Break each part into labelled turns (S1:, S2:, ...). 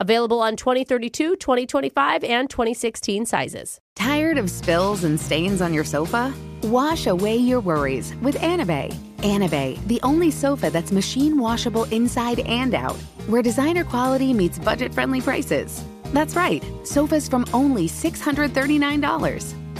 S1: Available on 2032, 2025, and 2016 sizes.
S2: Tired of spills and stains on your sofa? Wash away your worries with Anabe. Anabe, the only sofa that's machine washable inside and out, where designer quality meets budget friendly prices. That's right, sofas from only $639.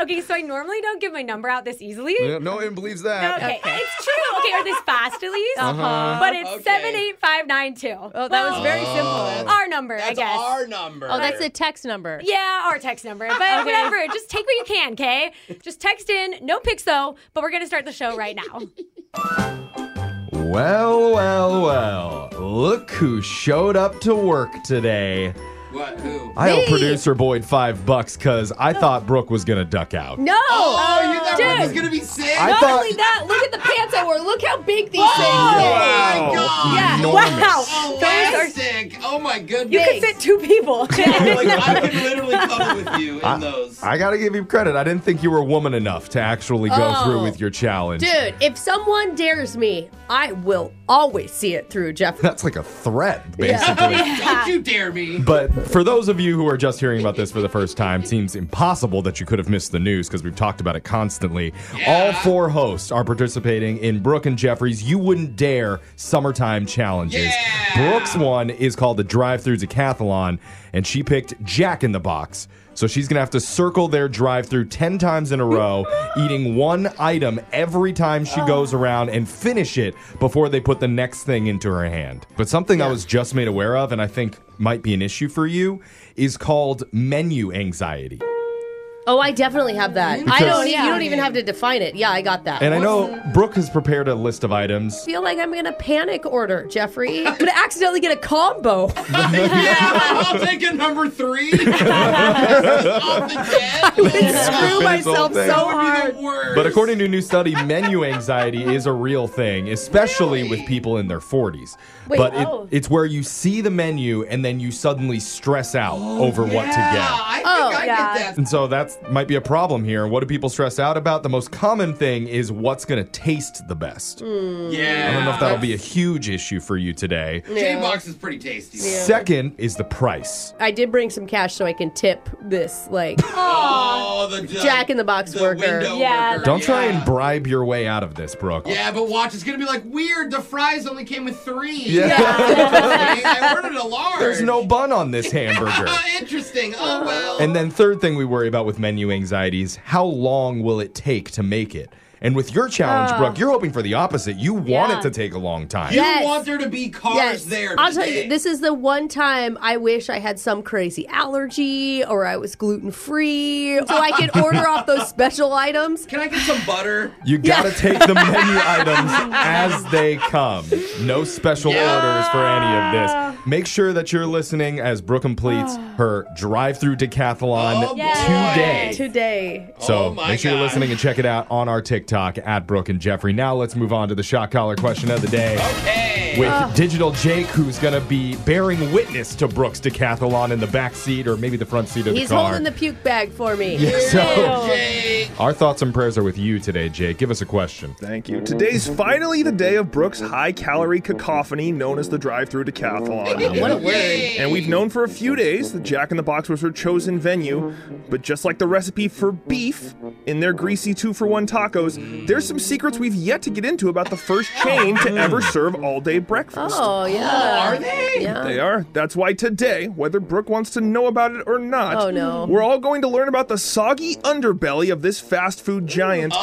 S3: Okay, so I normally don't give my number out this easily.
S4: Yeah, No one believes that.
S3: Okay, it's true. Okay, or this fast at least. Uh-huh. But it's seven eight five nine two.
S5: Oh, that was very simple.
S3: Our number, I guess.
S6: number.
S1: Oh, that's the text number.
S3: yeah, our text number. But whatever, just take what you can, okay? Just text in, no pics though, but we're gonna start the show right now.
S4: Well, well, well. Look who showed up to work today.
S6: What? Who?
S4: I owe producer Boyd five bucks because I thought Brooke was gonna duck out.
S5: No!
S6: Oh, you thought Brooke was
S4: Dude.
S6: gonna be sick?
S4: I
S5: Not
S4: thought.
S5: only that, look at the pants I wore. Look how big these
S6: Oh,
S5: things
S6: my
S5: are.
S6: God.
S5: Yeah.
S4: Enormous.
S6: Oh,
S5: Wow. Those
S6: I'm
S5: are
S6: sick. Oh my goodness.
S5: You could fit two people.
S6: like, I could literally cuddle with you in those.
S4: I gotta give you credit. I didn't think you were woman enough to actually go
S5: Oh.
S4: through with your challenge.
S5: Dude, if someone dares me, I will always see it through, Jeff.
S4: That's like a threat, basically.
S6: Don't you dare me.
S4: But for those of you who are just hearing about this for the first time, seems impossible that you could have missed the news because we've talked about it constantly. All four hosts are participating in Brooke and Jeffrey's You Wouldn't Dare Summertime Challenges.
S6: Yeah.
S4: Brooke's one is called the Drive Through Decathlon, and she picked Jack in the Box. So she's going to have to circle their drive through 10 times in a row, eating one item every time she goes around and finish it before they put the next thing into her hand. But something I was just made aware of, and I think might be an issue for you, is called menu anxiety.
S5: Oh, I definitely have that. I
S4: Because-
S5: don't. e- You don't even have to define it. Yeah, I got that.
S4: And I
S5: I
S4: know Brooke has prepared a list of items.
S5: feel like I'm gonna panic order, Jeffrey. I'm gonna accidentally get a combo.
S6: yeah, I'll take a number three. This is off the dead.
S5: Screw
S4: Finish the whole
S5: myself so
S4: thing.
S6: That would
S5: hard.
S6: be the worst.
S4: But according to a new study, menu anxiety is a real thing, especially with people in their 40s. but it-
S5: oh.
S4: it's where you see the menu and then you suddenly stress out over what
S6: yeah,
S4: to get.
S6: I think I
S5: Oh, yeah.
S6: get that.
S4: And so that's that's might be a problem here. What do people stress out about? The most common thing is what's going to taste the best.
S5: Mm.
S1: Hmm.
S7: Yeah.
S4: I don't know if that'll be a huge issue for you today.
S5: Mm,
S7: J-Box is pretty tasty.
S4: Second is the price.
S1: I did bring some cash so I can tip this. Like,
S7: Oh, the,
S1: Jack in the Box worker.
S3: Yeah,
S7: worker.
S4: Don't try
S7: Yeah.
S4: and bribe your way out of this, Brooke.
S7: Yeah, but watch, it's gonna be like weird. The fries only came with three.
S4: Yeah.
S7: I ordered a large.
S4: There's no bun on this hamburger.
S7: Interesting.
S1: Uh,
S7: Oh well.
S4: And then third thing we worry about with menu anxieties, how long will it take to make it? And with your challenge, Brooke, you're hoping for the opposite. You want it to take a long time.
S7: you
S1: Yes.
S7: want there to be cars there.
S1: I'll tell
S7: today.
S1: you, this is the one time I wish I had some crazy allergy or I was gluten free so I could order off those special items.
S7: Can I get some butter?
S4: You gotta take the menu items as they come. No special
S7: Yeah.
S4: orders for any of this. Make sure that you're listening as Brooke completes her drive-through decathlon
S7: Oh, boy.
S4: today.
S1: Today.
S4: So
S7: Oh, my
S4: make sure you're
S7: God.
S4: listening and check it out on our TikTok at Brooke and Jeffrey. Now let's move on to the shot collar question of the day.
S7: Hey.
S4: With
S1: Oh,
S4: Digital Jake, who's going to be bearing witness to Brooks' decathlon in the back seat or maybe the front seat of
S1: He's
S4: the car.
S1: holding the puke bag for me.
S4: Yeah, so
S7: Jake.
S4: our thoughts and prayers are with you today, Jake. Give us a question.
S8: Thank you. Today's finally the day of Brooks' high calorie cacophony known as the drive through decathlon.
S1: What a word.
S8: And we've known for a few days that Jack in the Box was her chosen venue, but just like the recipe for beef in their greasy two for one tacos, there's some secrets we've yet to get into about the first chain to ever serve all day breakfast.
S1: Oh, yeah.
S8: Uh,
S7: Are they?
S8: They are. That's why today, whether Brooke wants to know about it or not,
S1: Oh, no.
S8: we're all going to learn about the soggy underbelly of this fast food giant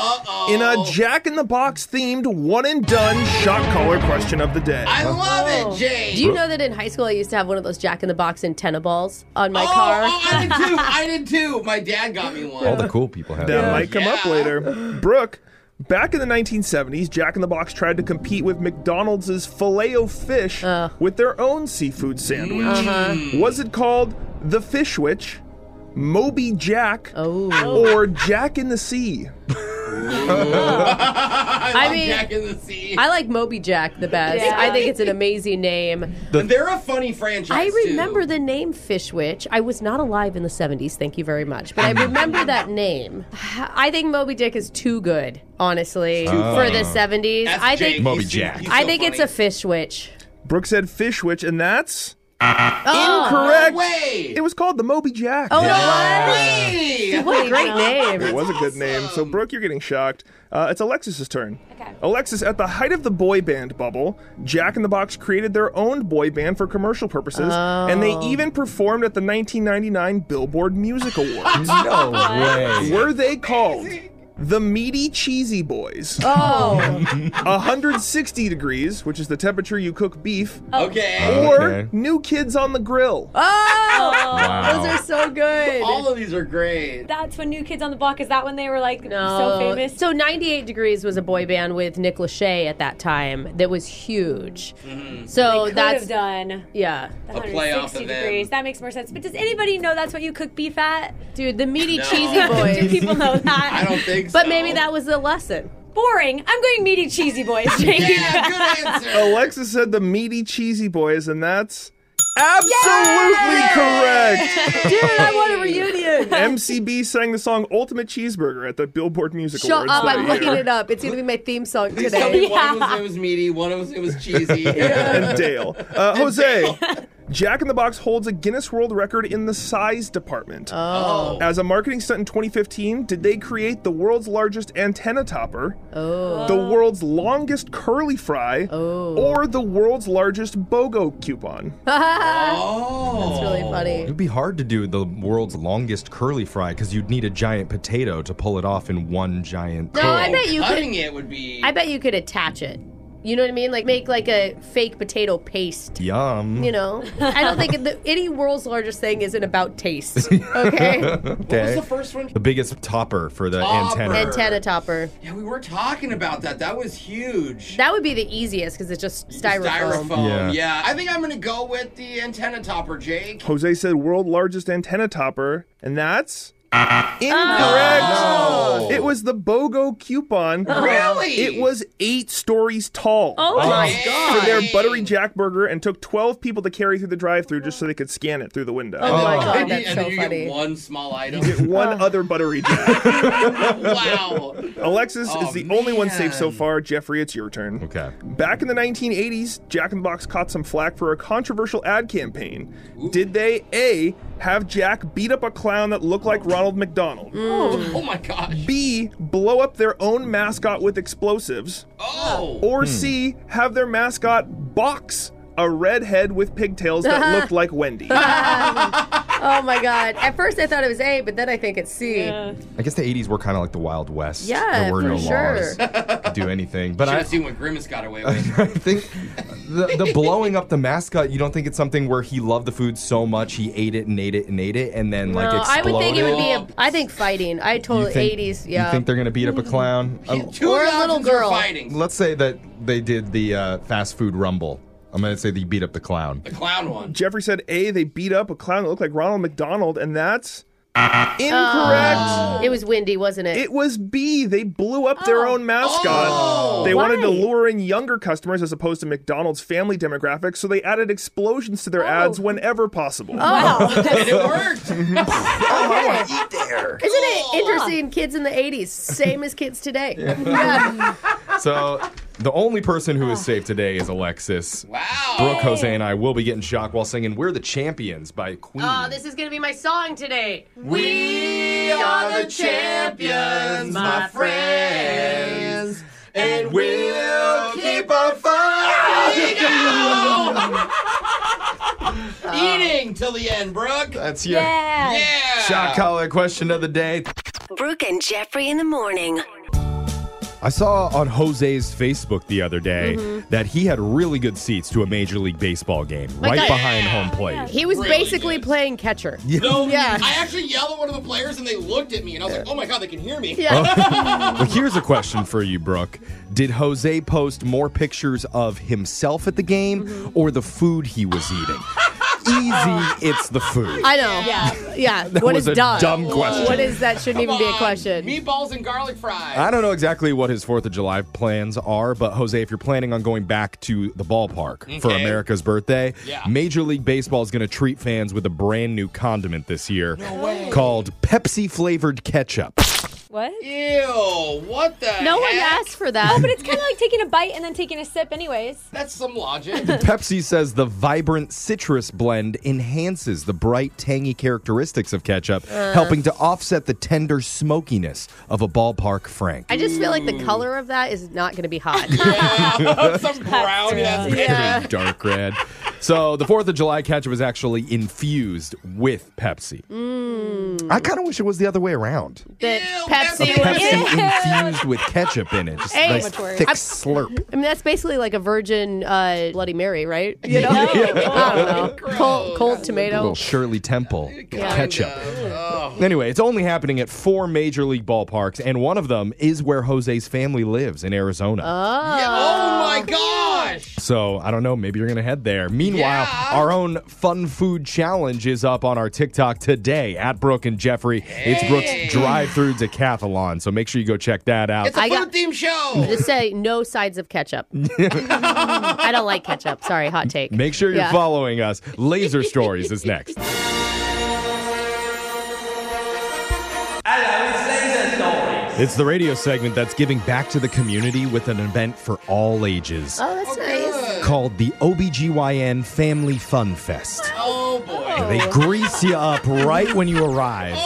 S8: in a Jack in the Box themed one and done shot caller question of the day.
S7: I love it, Jake.
S1: Do you know that in high school I used to have one of those Jack in the Box antenna balls on my
S7: oh,
S1: car?
S7: oh, I did too. I did too. My dad got me one.
S4: All the cool people have
S8: that
S4: those.
S8: might come up
S7: Yeah.
S8: later. Brooke, back in the 1970s, Jack in the Box tried to compete with McDonald's Filet-O-Fish with their own seafood sandwich.
S7: Uh-huh.
S8: Was it called the Fish Witch, Moby Jack,
S7: Oh.
S8: or Jack in the Sea?
S7: I,
S1: I
S7: love
S1: mean-
S7: Jack in the Sea.
S1: I like Moby Jack the best.
S3: Yeah.
S1: I think it's an amazing name.
S7: and they're a funny franchise.
S1: I remember
S7: too.
S1: the name Fish Witch. I was not alive in the 70s, thank you very much. But I remember that name. I think Moby Dick is too good, honestly, for the 70s.
S7: That's
S1: I
S7: Jake.
S1: think
S4: Moby
S7: He's-
S4: Jack.
S7: he's
S1: I
S7: so
S1: think it's a
S7: funny.
S1: Fish Witch.
S8: Brooke said Fish Witch, and that's
S7: No
S8: Oh,
S7: Oh,
S8: incorrect.
S7: way.
S8: It was called the Moby Jack.
S1: Oh,
S7: Way.
S1: what a great name.
S8: It was a good name. So, Brooke, you're getting shocked. Uh, it's Alexis's turn. Okay. Alexis, at the height of the boy band bubble, Jack in the Box created their own boy band for commercial purposes, and
S1: Oh.
S8: they even performed at the 1999 Billboard Music Awards.
S4: No way.
S8: Were they called the Meaty Cheesy Boys?
S1: Oh,
S8: 160 degrees, which is the temperature you cook beef,
S7: Okay.
S8: or
S4: Okay.
S8: New Kids on the Grill?
S4: Wow.
S1: those are so good.
S7: All of these are great.
S3: that's when New Kids on the Block is that when they were like so
S1: Oh,
S3: famous.
S1: So 98 Degrees was a boy band with Nick Lachey at that time that was huge. So
S3: could
S1: that's
S3: have
S1: Mm-hmm.
S3: done
S1: yeah.
S7: Mm. A playoff
S3: 160
S7: of them.
S3: degrees. That makes more sense. But does anybody know that's what you cook beef at?
S1: Dude, the meaty
S7: No.
S1: cheesy
S3: Do
S1: boys.
S3: people know
S7: I
S3: that?
S7: don't think so.
S1: But maybe that was the lesson.
S3: Boring. I'm going meaty cheesy boys, Jake.
S7: Yeah, good answer.
S8: Alexis said the meaty cheesy boys, and that's absolutely correct.
S1: Dude, I want a reunion.
S8: MCB sang the song "Ultimate Cheeseburger" at the Billboard Music
S1: Shut
S8: Awards.
S1: up,
S8: that
S1: I'm
S8: year.
S1: looking it up. It's going to be my theme song
S7: Please tell me
S1: today.
S7: one of them was meaty, one of them was cheesy.
S8: and Dale, uh, Jose, Jack in the Box holds a Guinness World Record in the size department.
S7: Oh.
S8: As a marketing stunt in 2015, did they create the world's largest antenna topper, the
S7: Oh.
S8: world's longest curly fry, or the world's largest BOGO coupon?
S7: Oh. That's
S1: Really funny.
S4: It'd be hard to do the world's longest curly fry because you'd need a giant potato to pull it off in one giant.
S1: No, I bet you
S7: Cutting
S1: could.
S7: it would be.
S1: I bet you could attach it. You know what I mean? Like make like a fake potato paste.
S4: Yum.
S1: You know, I don't think the, any world's largest thing isn't about taste. Okay,
S7: What was
S4: okay.
S7: the first one?
S4: The biggest topper for the
S7: Topper.
S4: antenna.
S1: antenna topper.
S7: Yeah, we were talking about that. That was huge.
S1: That would be the easiest because it's just styrofoam.
S4: Yeah.
S7: Yeah. I think I'm going to go with the antenna topper, Jake.
S8: Jose said world largest antenna topper, and that's Incorrect. It was the BOGO coupon.
S6: Really?
S8: It was eight stories tall. Oh,
S6: my
S8: For
S6: God.
S8: their buttery jack burger and took 12 people to carry through the drive-through just so they could scan it through the window.
S5: Oh my god,
S6: and
S5: that's
S6: then
S5: so
S6: you
S5: funny. Oh,
S6: get one small item.
S8: One other buttery jack.
S6: wow.
S8: Alexis is
S6: Oh,
S8: the only one safe so
S6: man.
S8: far. Jeffrey, it's your turn.
S4: Okay.
S8: Back in the 1980s, Jack in the Box caught some flack for a controversial ad campaign. Did they A, have Jack beat up a clown that looked like Ronald McDonald?
S6: Oh my gosh.
S8: B, blow up their own mascot with explosives?
S6: Oh.
S8: Or C, have their mascot box a redhead with pigtails that looked like Wendy?
S5: Oh my god. At first I thought it was A, but then I think it's C.
S4: I guess the 80s were kind of like the Wild West.
S5: Yeah,
S4: There were
S5: for
S4: no
S5: sure.
S4: laws. Could do anything. But
S6: Should
S4: I,
S6: have seen what Grimace got away with.
S4: I think the, the blowing up the mascot, you don't think it's something where he loved the food so much he ate it and ate it and ate it and then like
S5: No, I
S4: exploded?
S5: would think it would be a
S6: Exploded.
S5: I think fighting. I
S4: You
S5: totally
S4: think-
S5: 80s,
S4: You
S5: yeah. Mm-hmm.
S4: think they're going to beat up a clown? Um,
S6: Two
S5: Or a little
S6: mountains were
S5: girl.
S6: fighting.
S4: let's say that they did the uh, fast food rumble. I'm going to say they beat up the clown.
S6: The clown one.
S8: Jeffrey said A, they beat up a clown that looked like Ronald McDonald, and that's incorrect.
S5: it was windy, wasn't it? Oh.
S8: It was B. They blew up their own mascot.
S6: Oh.
S8: They wanted to
S5: Why?
S8: lure in younger customers as opposed to McDonald's family demographic, so they added explosions to their ads whenever possible.
S6: and it worked.
S5: not Oh. it interesting? Kids in the 80s, same as kids today.
S4: So the only person who is safe today is Alexis.
S6: Wow.
S4: Brooke, Jose, and I will be getting shocked while singing We're the Champions by Queen.
S5: Oh, this is going to be my song today.
S6: We are the champions, my friends, and we'll keep on fighting. Eating till the end,
S5: Oh,
S6: Brooke.
S4: That's your
S6: Yeah.
S4: shock collar question of the day.
S9: Brooke and Jeffrey in the morning.
S4: I saw on Jose's Facebook the other day
S5: Mm-hmm.
S4: that he had really good seats to a Major League Baseball game right
S5: a-
S4: behind home plate.
S5: He was
S6: Really
S5: basically
S6: good.
S5: playing catcher.
S6: No,
S5: Yeah.
S6: I actually yelled at one of the players and they looked at me and I was like, oh my god, they can hear me.
S4: well, here's a question for you, Brooke. Did Jose post more pictures of himself at the game
S5: Mm-hmm.
S4: or the food he was eating? Easy, it's the food.
S5: I know. Yeah. Yeah.
S4: that
S5: what
S4: was
S5: is
S4: a
S5: done?
S4: dumb question.
S5: What is that? Shouldn't even
S6: Come
S5: be a
S6: on,
S5: question.
S6: Meatballs and garlic fries.
S4: I don't know exactly what his 4th of July plans are, but Jose, if you're planning on going back to the ballpark for
S6: Okay.
S4: America's birthday,
S6: Yeah.
S4: Major League Baseball is going to treat fans with a brand new condiment this year called Pepsi flavored ketchup.
S3: What?
S6: Ew, what the
S5: No one
S6: heck?
S5: asked for that.
S3: It's kind of like taking a bite and then taking a sip, anyways.
S6: That's some logic.
S4: Pepsi says the vibrant citrus blend enhances the bright, tangy characteristics of ketchup,
S6: Uh.
S4: helping to offset the tender smokiness of a ballpark frank.
S5: I just feel like the color of that is not going to be hot.
S6: some brown ass
S4: Pretty dark red. So the Fourth of July ketchup is actually infused with Pepsi.
S5: Mm.
S4: I kind of wish it was the other way around.
S5: that
S6: Ew,
S4: A
S5: Pepsi.
S6: Pepsi.
S5: was-
S4: Pepsi infused with ketchup in it, just a
S5: Hey,
S4: nice
S5: much worse.
S4: thick slurp.
S5: I mean, that's basically like a virgin uh, Bloody Mary, right? You know? I don't know. Cold, cold
S4: A
S5: tomato.
S4: little Shirley Temple ketchup.
S6: Oh.
S4: Anyway, it's only happening at four major league ballparks, and one of them is where Jose's family lives in Arizona.
S6: Yeah, oh my gosh.
S4: So I don't know. Maybe you're gonna head there. Meanwhile,
S6: Yeah.
S4: our own fun food challenge is up on our TikTok today at Brooke and Jeffrey. It's Brooke's drive-through decathlon. So make sure you go check that out.
S6: It's a
S5: I got-
S6: food themed show.
S5: Just say no sides of ketchup. I don't like ketchup. Sorry, hot take.
S4: Make sure you're
S5: Yeah.
S4: following us. Laser Stories is next. It's the radio segment that's giving back to the community with an event for all ages
S5: Oh, that's nice.
S4: called the OBGYN Family Fun Fest.
S6: Oh boy.
S4: They grease you up right when you arrive.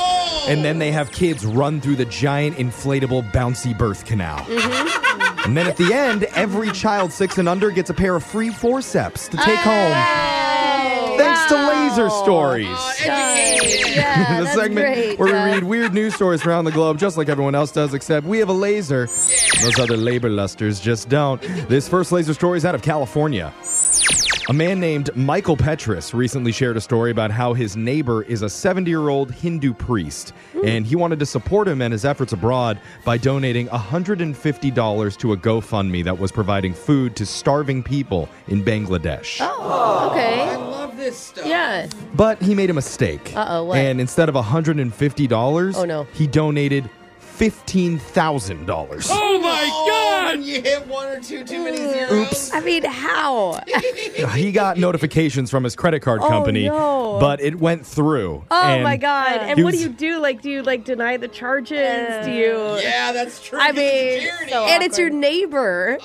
S4: And then they have kids run through the giant inflatable bouncy birth canal. And then at the end, every child six and under gets a pair of free forceps to take home. Thanks to Laser Stories.
S5: Yeah,
S4: the
S5: that's
S4: segment
S5: great.
S4: where
S5: Uh,
S4: we read weird news stories around the globe, just like everyone else does, except we have a laser. Those other labor lusters just don't. This first laser story is out of California. A man named Michael Petrus recently shared a story about how his neighbor is a 70 year old Hindu priest, and he wanted to support him and his efforts abroad by donating $150 to a GoFundMe that was providing food to starving people in Bangladesh.
S5: Oh, okay.
S6: this stuff.
S5: Yeah.
S4: But he made a mistake.
S5: Uh-oh, what?
S4: And instead of $150,
S5: Oh, no.
S4: he donated $15,000.
S6: Oh my god! When you hit one or two too many zeros.
S5: I mean, how?
S4: he got notifications from his credit card company,
S5: Oh, no.
S4: but it went through.
S5: Oh
S4: and
S5: my god! And
S4: he
S5: what do
S4: was-
S5: you do? Like, do you like deny the charges? do you?
S6: Yeah, that's true.
S5: I
S6: Give it to
S5: mean,
S6: charity.
S5: and it's your neighbor.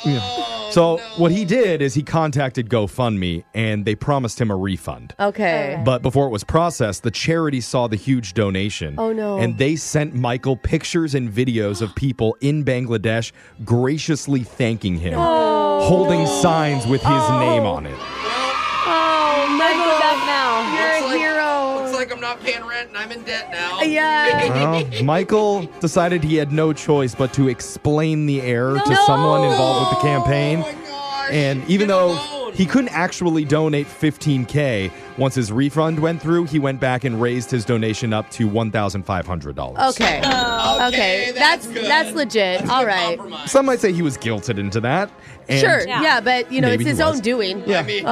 S4: So what he did is he contacted GoFundMe and they promised him a refund.
S5: Okay.
S4: But before it was processed, the charity saw the huge donation.
S5: Oh, no.
S4: And they sent Michael pictures and videos of people in Bangladesh graciously thanking him, holding signs with his name on it.
S5: Oh, Michael,
S3: now.
S5: you're a
S6: Looks like-
S5: hero.
S6: Looks like I'm not paying rent and I'm in debt now.
S5: yeah.
S4: Well, Michael decided he had no choice but to explain the error to someone involved with the campaign.
S6: Oh my gosh.
S4: And even
S6: Get
S4: though
S6: alone.
S4: he couldn't actually donate 15K, once his refund went through, he went back and raised his donation up to $1,500.
S5: Okay.
S6: Okay,
S5: okay.
S6: that's
S5: That's
S6: good.
S5: that's legit.
S6: That's a
S5: All
S6: good
S5: right.
S6: compromise.
S4: Some might say he was guilted into that. And
S5: Sure. Yeah.
S3: Yeah.
S5: but you know,
S4: Maybe
S5: it's his
S4: he was.
S5: own doing. Uh-huh.
S6: I mean,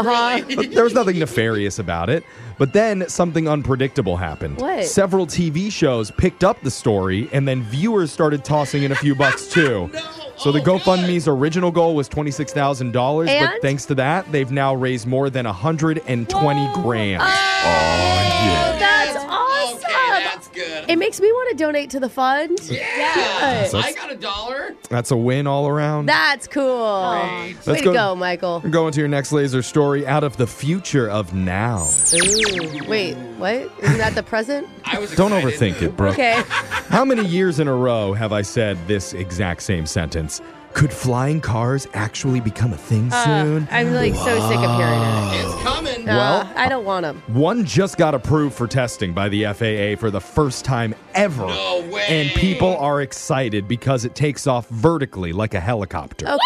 S6: really.
S4: But there was nothing nefarious about it. But then something unpredictable happened.
S5: What?
S4: Several TV shows picked up the story, and then viewers started tossing in a few bucks too. So the
S6: Oh, good.
S4: GoFundMe's original goal was twenty six thousand dollars, but
S5: And?
S4: thanks to that, they've now raised more than hundred and twenty grand.
S5: Oh,
S6: Oh,
S5: That's
S6: Okay,
S5: awesome.
S6: Oh, that's good.
S5: It makes me want to donate to the fund.
S6: yeah.
S4: That's-
S6: I got a dollar.
S4: That's a win all around.
S5: That's cool. Way
S4: Let's
S5: to
S4: go-
S5: go, Michael.
S4: We're going to your next laser story out of the future of now.
S5: Ooh. Wait, what? Isn't that the present?
S6: I was
S4: Don't
S6: excited.
S4: overthink it, bro.
S5: Okay.
S4: How many years in a row have I said this exact same sentence? Could flying cars actually become a thing
S1: Uh,
S4: soon?
S5: Uh, I'm like so sick of hearing it.
S6: It's coming.
S4: Well-
S5: Uh, I don't want them.
S4: One just got approved for testing by the FAA for the first time ever.
S6: No way.
S4: And people are excited because it takes off vertically like a helicopter.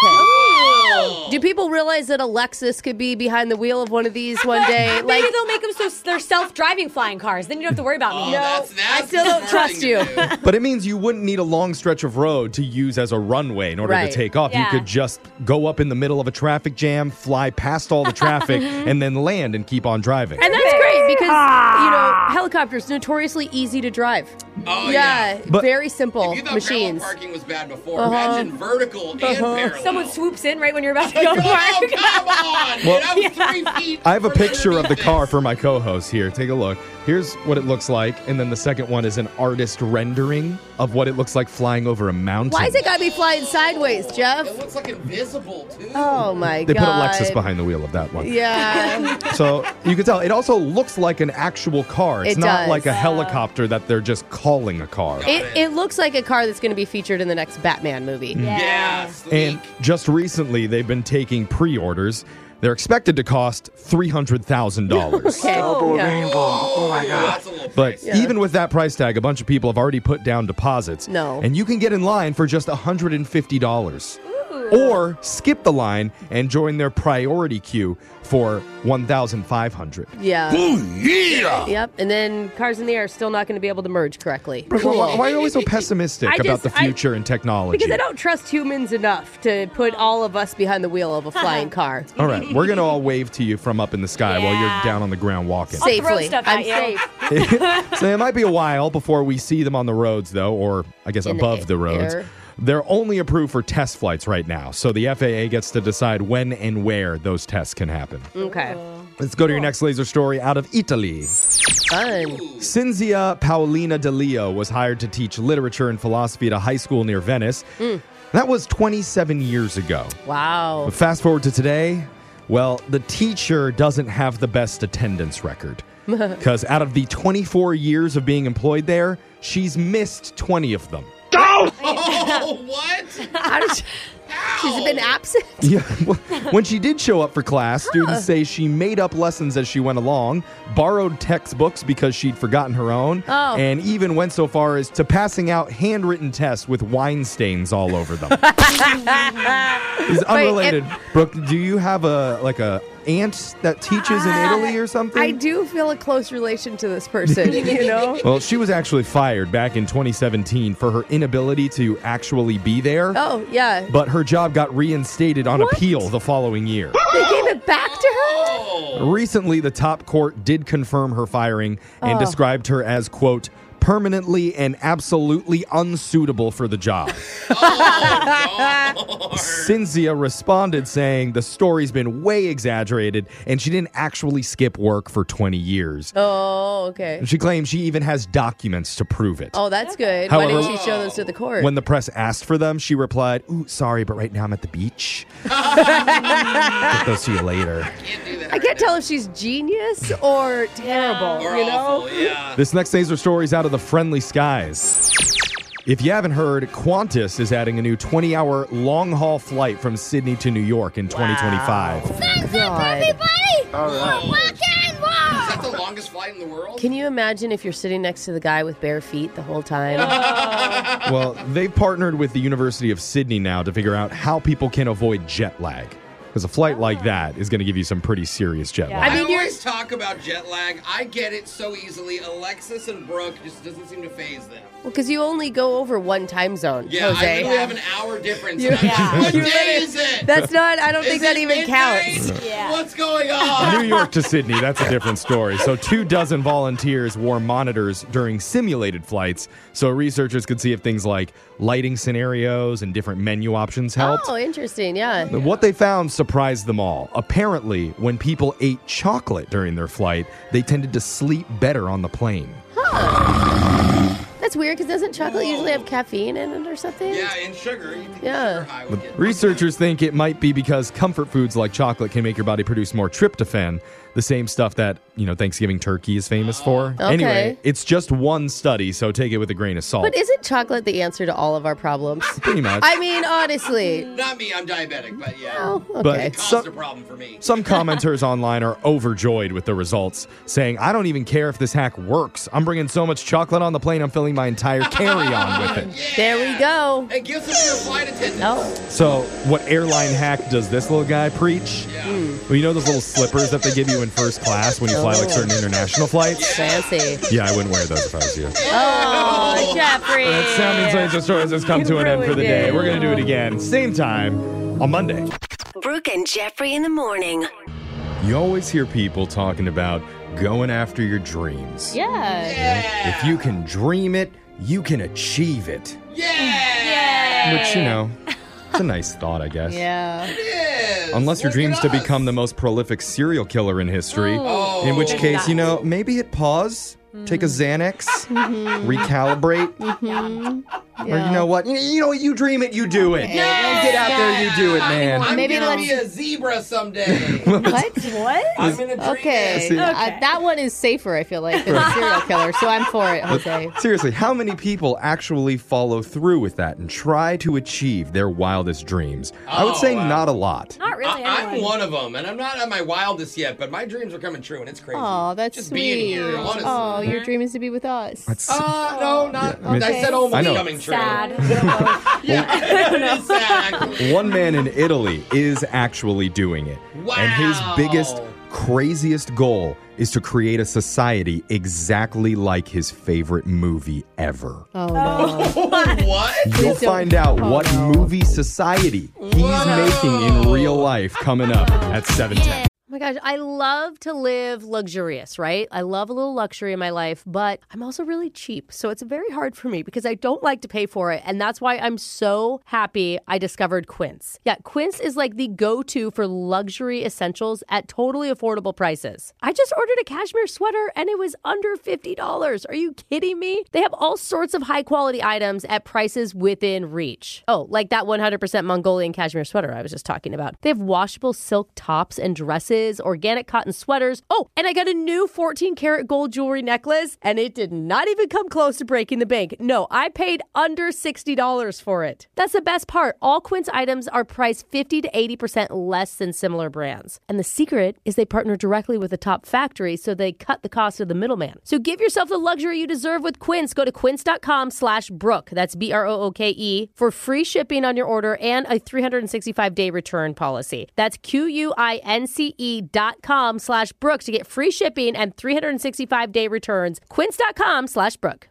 S5: Okay. Do people realize that a Lexus could be behind the wheel of one of these one day?
S3: Maybe
S5: Like,
S3: they'll make them so s- they're self-driving flying cars. Then you don't have to worry about me.
S6: Oh, that's, that's
S5: I still don't
S6: something
S5: trust
S6: to
S5: you.
S6: do.
S4: But it means you wouldn't need a long stretch of road to use as a runway in order
S5: Right.
S4: to take off.
S3: Yeah.
S4: You could just go up in the middle of a traffic jam, fly past all the traffic, and then land and keep on driving.
S5: and that's great because you
S3: Ah.
S5: know helicopters notoriously easy to drive.
S6: Oh, yeah.
S5: yeah,
S4: But-
S5: very
S6: If
S5: simple
S6: you thought parallel
S5: machines.
S6: parking was bad before,
S5: Uh-huh.
S6: imagine vertical and parallel.
S3: Uh-huh. Someone swoops in right when you're about to go to
S6: Oh,
S3: work.
S6: come on.
S4: Well-
S6: Dude, I was three feet
S4: I have a
S6: further
S4: picture of
S6: than
S4: the
S6: this.
S4: car for my co-host here. Take a look. Here's what it looks like, and then the second one is an artist rendering of what it looks like flying over a mountain.
S5: Why is it gotta be flying sideways, Jeff?
S6: It looks like invisible, too.
S5: Oh my
S4: They
S5: god!
S4: put a Lexus behind the wheel of that one.
S5: Yeah.
S4: So you can tell it also looks like an actual car. It's
S5: It
S4: not
S5: does. Uh,
S4: like a helicopter that they're just calling a car.
S5: It, it looks like a car that's going to be featured in the next Batman movie.
S6: Yeah, sleek.
S4: And just recently, they've been taking pre-orders. They're expected to cost three hundred thousand dollars.
S5: Okay.
S10: Oh,
S5: Yeah.
S6: Oh,
S4: Oh,
S6: that's a little
S4: But
S6: pricey.
S4: even with that price tag, a bunch of people have already put down deposits.
S5: No.
S4: And you can get in line for just $150. Or skip the line and join their priority queue for 1500
S5: Yeah. Yep. And then cars in the air are still not going to be able to merge correctly.
S4: Why, why- why are you always so pessimistic
S5: I
S4: about
S5: just-
S4: the
S5: I-
S4: future and technology?
S5: Because I don't trust humans enough to put all of us behind the wheel of a flying car.
S4: All right, we're going to all wave to you from up in the sky while you're
S3: Yeah.
S4: down on the ground walking.
S3: throw
S5: Safely.
S3: stuff at
S5: I'm
S3: you.
S5: safe.
S4: so it might be a while before we see them on the roads, though, or I guess
S5: In the
S4: above the,
S5: air.
S4: roads. They're only approved for test flights right now, so the FAA gets to decide when and where those tests can happen.
S5: Okay.
S4: Let's go to your next laser story out of Italy.
S5: Fun.
S4: Cinzia Paolina De Leo was hired to teach literature and philosophy at a high school near Venice. That was 27 years ago.
S5: Mm. Wow.
S4: But fast forward to today, well, the teacher doesn't have the best attendance record. Because out of the 24 years of being employed there, she's missed 20 of them.
S6: oh, what?
S5: How did she, she's been absent?
S4: Yeah. when she did show up for class, students say she made up lessons as she went along, borrowed textbooks because she'd forgotten her own,
S5: Oh.
S4: and even went so far as to passing out handwritten tests with wine stains all over them. it's unrelated. Brooke, do you have a like a aunt that teaches in
S5: Ah.
S4: Italy or something?
S5: Uh, I do feel a close relation to this person, you know?
S4: Well, she was actually fired back in 2017 for her inability to actually be there,
S5: Oh, yeah.
S4: but her job got reinstated on appeal the following year.
S5: They gave it back to
S4: Recently, the top court did confirm her firing and described her as, quote, permanently and absolutely unsuitable for the job. Cynthia responded saying the story's been way exaggerated and she didn't actually skip work for 20 years.
S5: Oh, okay.
S4: She claims she even has documents to prove it.
S5: Oh, that's good. Why didn't
S4: However-
S5: she show those to the court?
S4: When the press asked for them, she replied, Ooh, sorry, but right now I'm at the beach. Get those to you later.
S5: I can't tell if she's genius or terrible.
S6: We're
S5: you know?
S6: awful, yeah.
S4: This next taser story is out of the friendly skies. If you haven't heard, Qantas is adding a new 20 hour long haul flight from Sydney to New York in 2025.
S5: God.
S6: Is that the longest flight in the world?
S5: Can you imagine if you're sitting next to the guy with bare feet the whole time?
S4: well, they've partnered with the University of Sydney now to figure out how people can avoid jet lag. Because a flight like that is going to give you some pretty serious jet lag.
S6: I, always talk about jet lag. I get it so easily. Alexis and Brooke just doesn't seem to phase them.
S5: Because you only go over one time zone,
S6: Yeah, I
S5: Jose.
S6: literally have an hour difference. and I'm like, What day is it?
S5: That's not, I don't
S6: Is
S5: think that
S6: it
S5: even
S6: midnight?
S5: counts.
S3: Yeah.
S6: What's going on?
S4: New York to Sydney, that's a different story. So, two dozen volunteers wore monitors during simulated flights so researchers could see if things like lighting scenarios and different menu options helped.
S5: Oh, interesting. Yeah.
S4: What they found surprised them all. Apparently, when people ate chocolate during their flight, they tended to sleep better on the plane.
S5: That's weird because doesn't chocolate usually have caffeine in it or something?
S6: yeah, and sugar. You think
S5: Yeah.
S6: sugar high would get
S4: Researchers think it might be because comfort foods like chocolate can make your body produce more tryptophan, the same stuff that, you know, Thanksgiving turkey is famous for. Anyway, it's just one study, so take it with a grain of salt.
S5: But isn't chocolate the answer to all of our problems?
S4: Pretty much.
S5: I mean, honestly.
S6: Not me. I'm diabetic, but yeah.
S5: Oh,
S4: But
S5: okay.
S6: It
S4: some-
S6: caused a problem for me.
S4: Some commenters online are overjoyed with the results, saying, I don't even care if this hack works. I'm bringing so much chocolate on the plane, I'm filling my entire carry on with it.
S5: There we go.
S6: And give some to your flight attendant.
S5: Oh,
S4: So, what airline hack does this little guy preach? Well, you know those little slippers that they give you in first class when you fly like certain international flights?
S5: Oh. fancy.
S4: Yeah, I wouldn't wear those if I was you.
S5: Oh, Jeffrey.
S4: That sounding Taser Stories has come to an end for the
S5: ruined
S4: day.
S5: it.
S4: We're going to do it again, same time, on Monday.
S9: Brooke and Jeffrey in the morning.
S4: You always hear people talking about going after your dreams.
S5: Yeah.
S4: If you can dream it, you can achieve it. Yeah! Which, you know, it's a nice thought, I guess.
S5: Yeah.
S4: Unless your
S6: Look at
S4: dream's to
S6: us. Oh.
S4: become the most prolific serial killer in history, in which case, you know, maybe hit pause, take a
S6: Hmm.
S4: Xanax, recalibrate.
S6: Mm-hmm.
S4: Or you know what? You, you know what? You dream it, you do it. Get out there, you do it, man.
S6: I'm
S5: Maybe
S6: gonna
S5: let's-
S6: be a zebra someday.
S5: What? What?
S6: I'm gonna dream
S5: Okay.
S6: this.
S5: Uh, that one is safer, I feel like, than a serial killer. So I'm for it, Jose.
S4: Seriously, how many people actually follow through with that and try to achieve their wildest dreams? I would say not a lot.
S3: Not really.
S6: Oh, I, am
S3: anyway.
S6: one of them, and I'm not at my wildest yet, but my dreams are coming true, and it's crazy.
S5: Oh, that's
S6: Just
S5: sweet.
S6: being here, honestly.
S5: oh, your dream is to be with us. Oh.
S6: Uh, no, not.
S4: I mean,
S6: I said almost
S4: I know.
S6: coming true.
S3: Sad.
S6: Yeah, it is sad. actually.
S4: One man in Italy is actually doing it. And his
S6: Wow.
S4: biggest, craziest goal is to create a society exactly like his favorite movie ever.
S5: oh, no.
S6: what?
S4: You'll find out what movie society he's making in real life coming up at 710.
S1: Oh my gosh, I love to live luxurious, right? I love a little luxury in my life, but I'm also really cheap. So it's very hard for me because I don't like to pay for it. And that's why I'm so happy I discovered Quince. Yeah, Quince is like the go to for luxury essentials at totally affordable prices. I just ordered a cashmere sweater and it was under $50. Are you kidding me? They have all sorts of high quality items at prices within reach. Oh, like that 100% Mongolian cashmere sweater I was just talking about. They have washable silk tops and dresses, organic cotton sweaters. Oh, and I got a new 14 karat gold jewelry necklace, and it did not even come close to breaking the bank. No, I paid under $60 for it. That's the best part. All Quince items are priced 50 to 80% less than similar brands. And the secret is they partner directly with the top factory, so they cut the cost of the middleman. So give yourself the luxury you deserve with Quince. Go to quince.com slash Brooke, that's B-R-O-O-K-E, E for free shipping on your order and a 365-day return policy. That's Q-U-I-N-C-E E dot com slash Brooke to get free shipping and 365-day returns. Quince.com slash Brooke.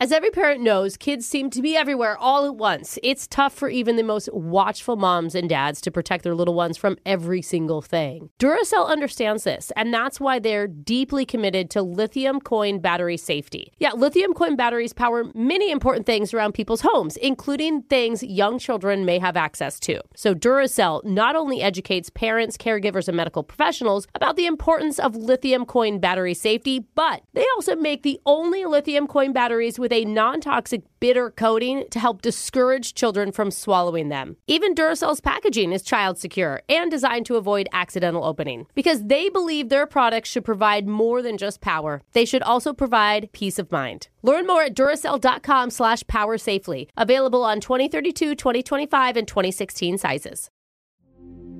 S1: As every parent knows, kids seem to be everywhere all at once. It's tough for even the most watchful moms and dads to protect their little ones from every single thing. Duracell understands this, and that's why they're deeply committed to lithium coin battery safety. Yeah, lithium coin batteries power many important things around people's homes, including things young children may have access to. So Duracell not only educates parents, caregivers, and medical professionals about the importance of lithium coin battery safety, but they also make the only lithium coin batteries with a non toxic bitter coating to help discourage children from swallowing them. Even Duracell's packaging is child secure and designed to avoid accidental opening because they believe their products should provide more than just power. They should also provide peace of mind. Learn more at Duracell.com slash power safely. Available on 2032, 2025, and 2016 sizes.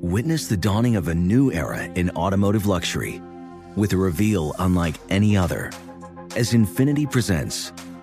S11: Witness the dawning of a new era in automotive luxury with a reveal unlike any other as Infinity presents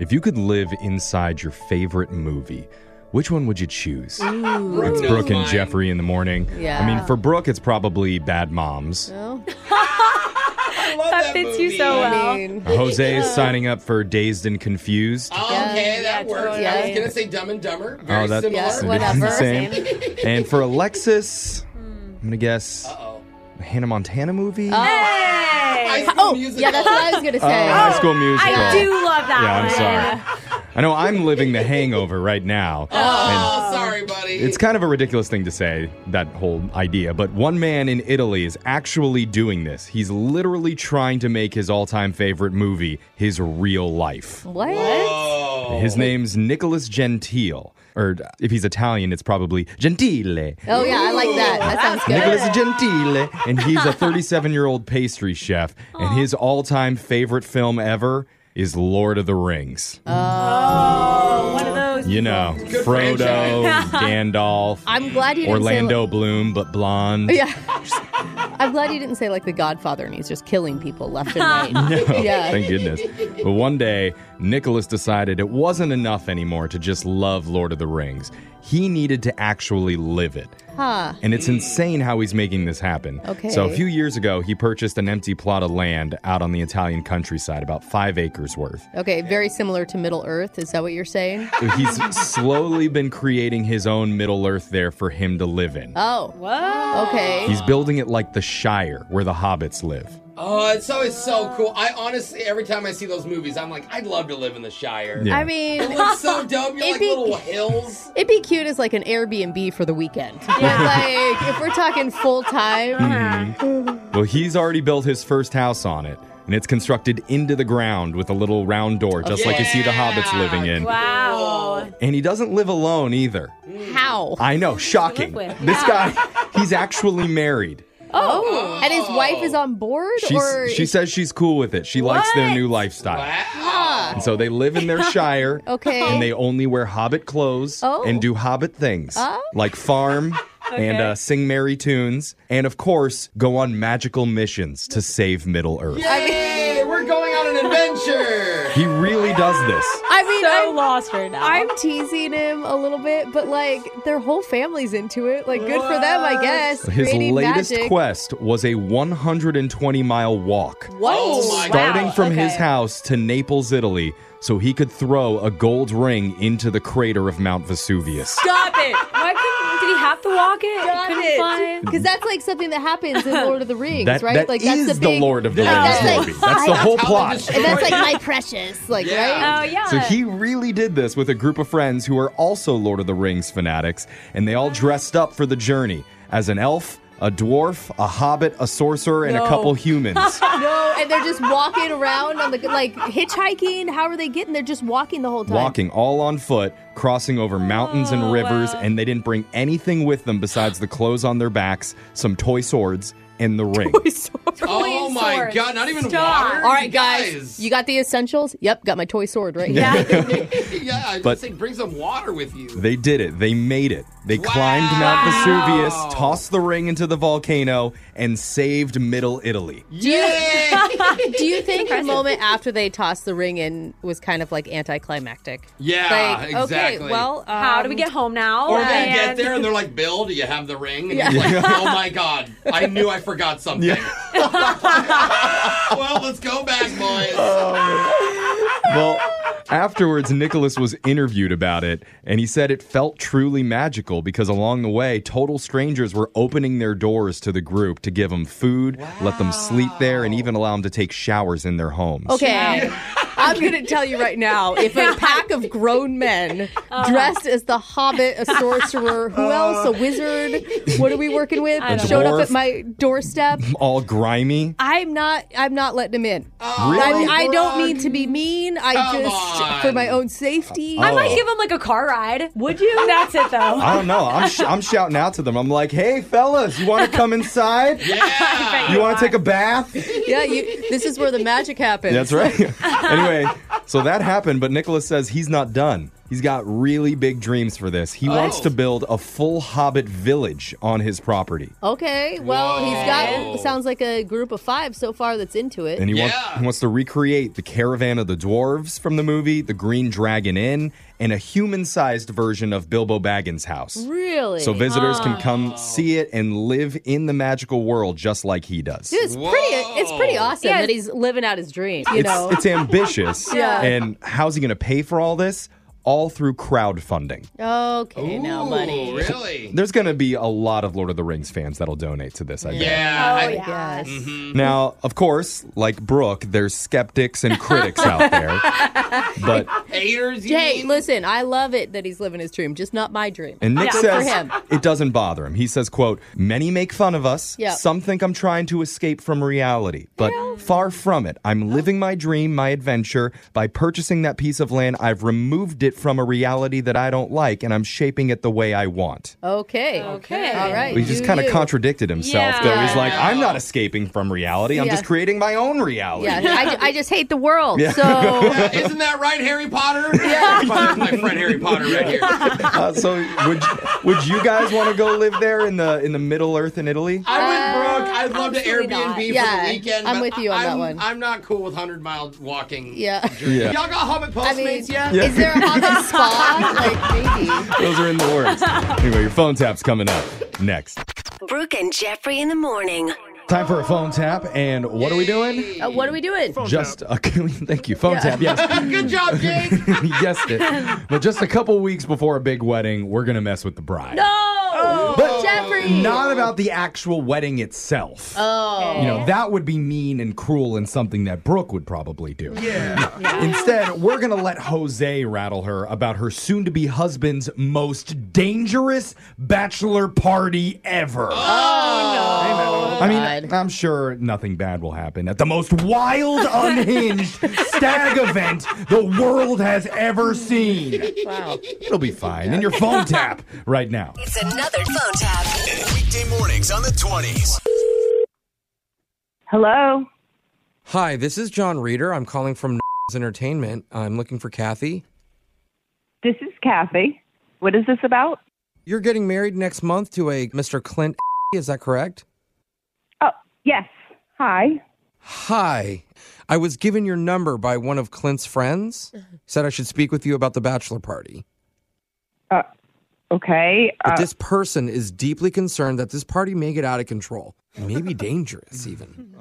S4: If you could live inside your favorite movie, which one would you choose? It's
S6: knows
S4: Brooke and
S6: mine.
S4: Jeffrey in the morning.
S1: Yeah.
S4: I mean, for Brooke, it's probably Bad Moms.
S6: I love that,
S3: fits
S6: movie.
S3: you so well.
S4: Jose is signing up for Dazed and Confused.
S6: Oh, Okay, that works. I
S1: totally.
S6: was gonna say Dumb and Dumber. Very
S4: that's
S6: similar.
S1: Yeah, whatever.
S4: Same. and for Alexis,
S6: Hmm.
S4: I'm going to guess Hannah Montana movie?
S6: Oh. High School
S1: Oh,
S6: Musical.
S1: yeah, that's what I was going to
S4: Oh,
S1: say.
S4: High School Musical.
S3: I do love that
S4: Yeah,
S3: one.
S4: I'm sorry. I know I'm living the hangover right
S1: uh,
S4: now. And
S6: Oh, sorry, buddy.
S4: it's kind of a ridiculous thing to say, that whole idea, but one man in Italy is actually doing this. He's literally trying to make his all time favorite movie his real life.
S1: What?
S6: Oh.
S4: His name's Nicholas Gentile. Or if he's Italian, it's probably Gentile.
S1: Oh, yeah, I like that. That sounds good.
S4: Nicholas Gentile, and he's a 37 year old pastry chef, and his all time favorite film ever is Lord of the Rings.
S1: Oh.
S6: Oh,
S3: One of those.
S4: You know, Frodo, Gandalf,
S1: I'm glad you didn't say.
S4: Orlando Bloom, but blonde.
S1: Yeah. I'm glad you didn't say like the Godfather and he's just killing people left and right.
S4: No,
S1: Yeah.
S4: Thank goodness. But one day, Nicholas decided it wasn't enough anymore to just love Lord of the Rings. He needed to actually live it.
S1: Huh.
S4: And it's insane how he's making this happen.
S1: Okay.
S4: So a few years ago, he purchased an empty plot of land out on the Italian countryside, about five acres worth.
S1: Okay, very similar to Middle Earth. Is that what you're saying?
S4: He's slowly been creating his own Middle Earth there for him to live in.
S1: Oh. Whoa. Okay.
S4: He's building it like the Shire, where the hobbits live.
S6: Oh, it's always so cool. I honestly, every time I see those movies, I'm like, I'd love to live in the Shire.
S4: Yeah.
S1: I mean,
S6: It looks so dope. You're
S1: It'd
S6: like
S1: be-
S6: little hills.
S1: it'd be cute as like an Airbnb for the weekend. like, if we're talking full time.
S4: Well, he's already built his first house on it, and it's constructed into the ground with a little round door, just like you see the hobbits living
S5: Mm-hmm.
S4: in.
S3: Wow.
S4: And he doesn't live alone either.
S1: How?
S4: I know, shocking.
S3: with.
S4: This guy, he's actually married.
S1: Oh. And his wife is on board?
S4: She's,
S1: or
S4: she says she's cool with it. She likes their new lifestyle.
S6: Wow.
S4: And so they live in their shire.
S1: Okay.
S4: And they only wear hobbit clothes
S1: Oh.
S4: and do hobbit things like farm and uh, sing merry tunes. And of course, go on magical missions to save Middle Earth.
S6: Yay, we're going on an
S7: adventure.
S4: He really does this.
S5: I mean,
S12: So
S5: I'm lost right now. I'm teasing him a little bit, but like their whole family's into it. Like, good for them, I guess.
S4: His
S5: creating
S4: latest
S5: magic.
S4: quest was a 120 mile walk.
S5: What?
S1: Oh.
S4: starting from his
S5: Okay.
S4: house to Naples, Italy, so he could throw a gold ring into the crater of Mount Vesuvius.
S3: Stop it. Why couldn't, did he have to walk it?
S5: Stop
S3: couldn't
S5: it.
S3: fly?
S5: Because that's like something that happens in Lord of the Rings,
S4: That-
S5: right?
S4: that
S5: like that's
S4: is the Lord of the
S5: Yeah,
S4: Rings
S5: that's
S4: movie. That's the
S5: my-
S4: whole
S5: how they
S4: plot.
S5: destroy And that's like my precious, like right? Oh yeah.
S4: So he really did this with a group of friends who are also Lord of the Rings fanatics, and they all dressed up for the journey as an elf, a dwarf, a hobbit, a sorcerer, and a couple humans.
S5: no, and they're just walking around on the like hitchhiking. How are they getting? They're just walking the whole time. Oh,
S4: Walking all on foot, crossing over mountains and rivers, and they didn't bring anything with them besides the clothes on their backs, some toy swords, and the ring.
S7: Oh my God, not even water?
S5: All right,
S7: You
S5: guys.
S7: guys.
S5: you got the essentials. Yep, got my toy sword right here.
S7: yeah, I
S4: But-
S7: just think bring some water with you.
S4: They did it. They made it. They climbed Mount Vesuvius, tossed the ring into the volcano, and saved Middle Italy.
S5: Do you, do you think the moment after they tossed the ring in was kind of like anticlimactic?
S7: Yeah,
S5: Like,
S7: exactly.
S5: Okay, well, um,
S3: How do we get home now?
S7: Or they
S3: And-
S7: get there and they're like, Bill, do you have the ring? And
S5: Yeah.
S7: he's like,
S5: Yeah.
S7: oh my God, I knew I forgot something. well, let's go back, boys.
S4: Well, afterwards, Nicholas was interviewed about it, and he said it felt truly magical because along the way, total strangers were opening their doors to the group to give them food, let them sleep there, and even allow them to take showers in their homes.
S5: Okay. I'm going to tell you right now if a pack of grown men
S3: Uh-huh.
S5: dressed as the hobbit, a sorcerer, who
S3: Uh.
S5: else, a wizard, what are we working with,
S4: I don't
S5: showed
S4: know.
S5: up at my doorstep,
S4: All grimy.
S5: I'm not I'm not letting them in.
S7: Oh
S4: Really?
S5: I, I don't mean to be mean. I
S3: Come
S5: just
S3: on.
S5: for my own safety.
S3: I
S4: Oh.
S3: might give him like a car ride. Would you? That's it though.
S4: I don't know. I'm, sh- I'm shouting out to them. I'm like, hey, fellas, you want to come inside?
S7: Yeah.
S4: You want to take a bath?
S5: yeah, you, this is where the magic happens.
S4: That's right. anyway, so that happened, but Nicholas says he's not done. He's got really big dreams for this.
S5: Oh.
S4: He wants to build a full hobbit village on his property.
S5: Okay. Well, he's
S4: Whoa.
S5: got sounds like a group of 5 so far that's into it.
S4: And he, wants, he wants to recreate the caravan of the dwarves from the movie, the Green Dragon Inn, and a human sized version of Bilbo Baggins' house.
S5: Really? Oh.
S4: So visitors
S5: Huh.
S4: can come see it and live in the magical world just like he does.
S5: Dude, it's pretty. It's pretty awesome that he's living out his dream. You
S4: it's,
S5: know,
S4: it's ambitious.
S5: Yeah.
S4: And how's he going to pay for all this? All through crowdfunding.
S5: Okay, now, buddy.
S4: There's going to be a lot of Lord of the Rings fans that'll donate to this, I bet.
S7: Yeah. Mm-hmm.
S5: Oh, yeah.
S4: Now, of course, like Brooke, there's skeptics and critics out there. But
S7: Haters.
S5: Hey, listen, I love it that he's living his dream, just not my dream.
S4: and Nick
S5: Good for
S4: says
S5: him.
S4: it doesn't bother him. He says, quote, many make fun of us.
S5: Yeah.
S4: Some think I'm trying to escape from reality, but far from it. I'm living my dream, my adventure. By purchasing that piece of land, I've removed it from a reality that I don't like and I'm shaping it the way I want.
S5: Okay. Okay. All right.
S4: He just
S5: do
S4: kind of
S5: you.
S4: contradicted himself.
S5: Yeah.
S4: There he's like,
S5: Yeah.
S4: I'm not escaping from reality. I'm
S5: Yeah.
S4: just creating my own reality.
S5: Yeah, I, ju- I just hate the world.
S4: Yeah.
S5: So
S7: Isn't that right, Harry Potter? Yeah. my friend Harry Potter right here.
S4: Uh, so would would you guys want to go live there in the in the Middle Earth in Italy?
S5: Uh,
S7: I'm with Brooke. I'd love to Airbnb
S5: not.
S7: for
S5: Yeah,
S7: the weekend.
S5: I'm
S7: but
S5: with you on
S7: I-
S5: that
S7: I'm-
S5: one.
S7: I'm not cool with 100 mile walking.
S5: yeah.
S7: journey. Y'all got Hobbit
S5: I mean,
S7: Postmates yet?
S4: Yeah.
S5: Is there a hobbit spa? Like maybe.
S4: Those are in the works. anyway, your phone tap's coming up next.
S9: Brooke and Jeffrey in the morning.
S4: Time for a phone tap, and what are we doing?
S5: Uh, what are we doing?
S4: just a, thank you, phone tap. Yes,
S7: Good job, Jake.
S4: yes. It. But just a couple weeks before a big wedding, we're gonna mess with the bride.
S5: No, Oh.
S4: But
S5: Jeffrey.
S4: Not about the actual wedding itself.
S5: Oh.
S4: You know, that would be mean and cruel and something that Brooke would probably do.
S7: Yeah.
S4: Instead, we're going to let Jose rattle her about her soon to be husband's most dangerous bachelor party ever.
S5: Oh,
S4: I mean, I'm sure nothing bad will happen at the most wild, unhinged stag event the world has ever seen.
S9: Wow.
S4: It'll be fine. And your phone tap right now.
S9: It's another phone tap.
S13: Weekday mornings on the 20s.
S11: Hello. Hi, this is John Reeder. I'm calling from Entertainment. I'm looking for Kathy.
S14: This is Kathy. What is this about?
S11: You're getting married next month to a Mr. Clint. Is that correct?
S14: Oh, yes. Hi.
S7: Hi. I was given your number by one of Clint's friends.
S10: Mm-hmm.
S7: Said I should speak with you about the bachelor party.
S10: Uh, okay.
S7: But
S10: uh,
S7: this person is deeply concerned that this party may get out of control. Maybe dangerous, even.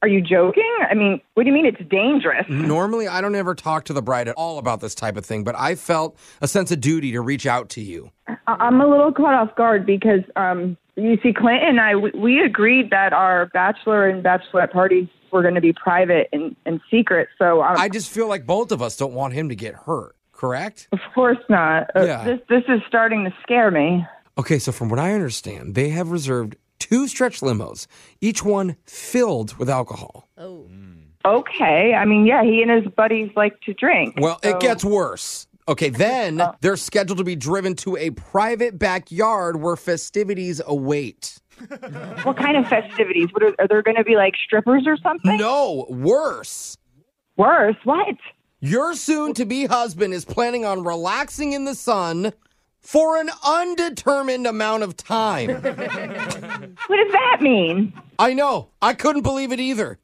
S10: Are you joking? I mean, what do you mean it's dangerous?
S7: Normally, I don't ever talk to the bride at all about this type of thing, but I felt a sense of duty to reach out to you.
S10: I- I'm a little caught off guard because um, you see, Clinton and I, we- we agreed that our bachelor and bachelorette parties were going to be private and, and secret. So um,
S7: I just feel like both of us don't want him to get hurt, correct?
S10: Of course not. Uh,
S7: Yeah.
S10: This this is starting to scare me.
S7: Okay, so from what I understand, they have reserved two stretch limos, each one filled with alcohol.
S10: Okay. I mean, yeah, he and his buddies like to drink.
S7: Well,
S10: so-
S7: it gets worse. Okay, then
S10: Uh.
S7: they're scheduled to be driven to a private backyard where festivities await.
S10: What kind of festivities? What are, are there going to be like strippers or something?
S7: No, worse.
S10: Worse? What?
S7: Your soon to be husband is planning on relaxing in the sun for an undetermined amount of time. what
S10: does that mean?
S7: I know. I couldn't believe it either.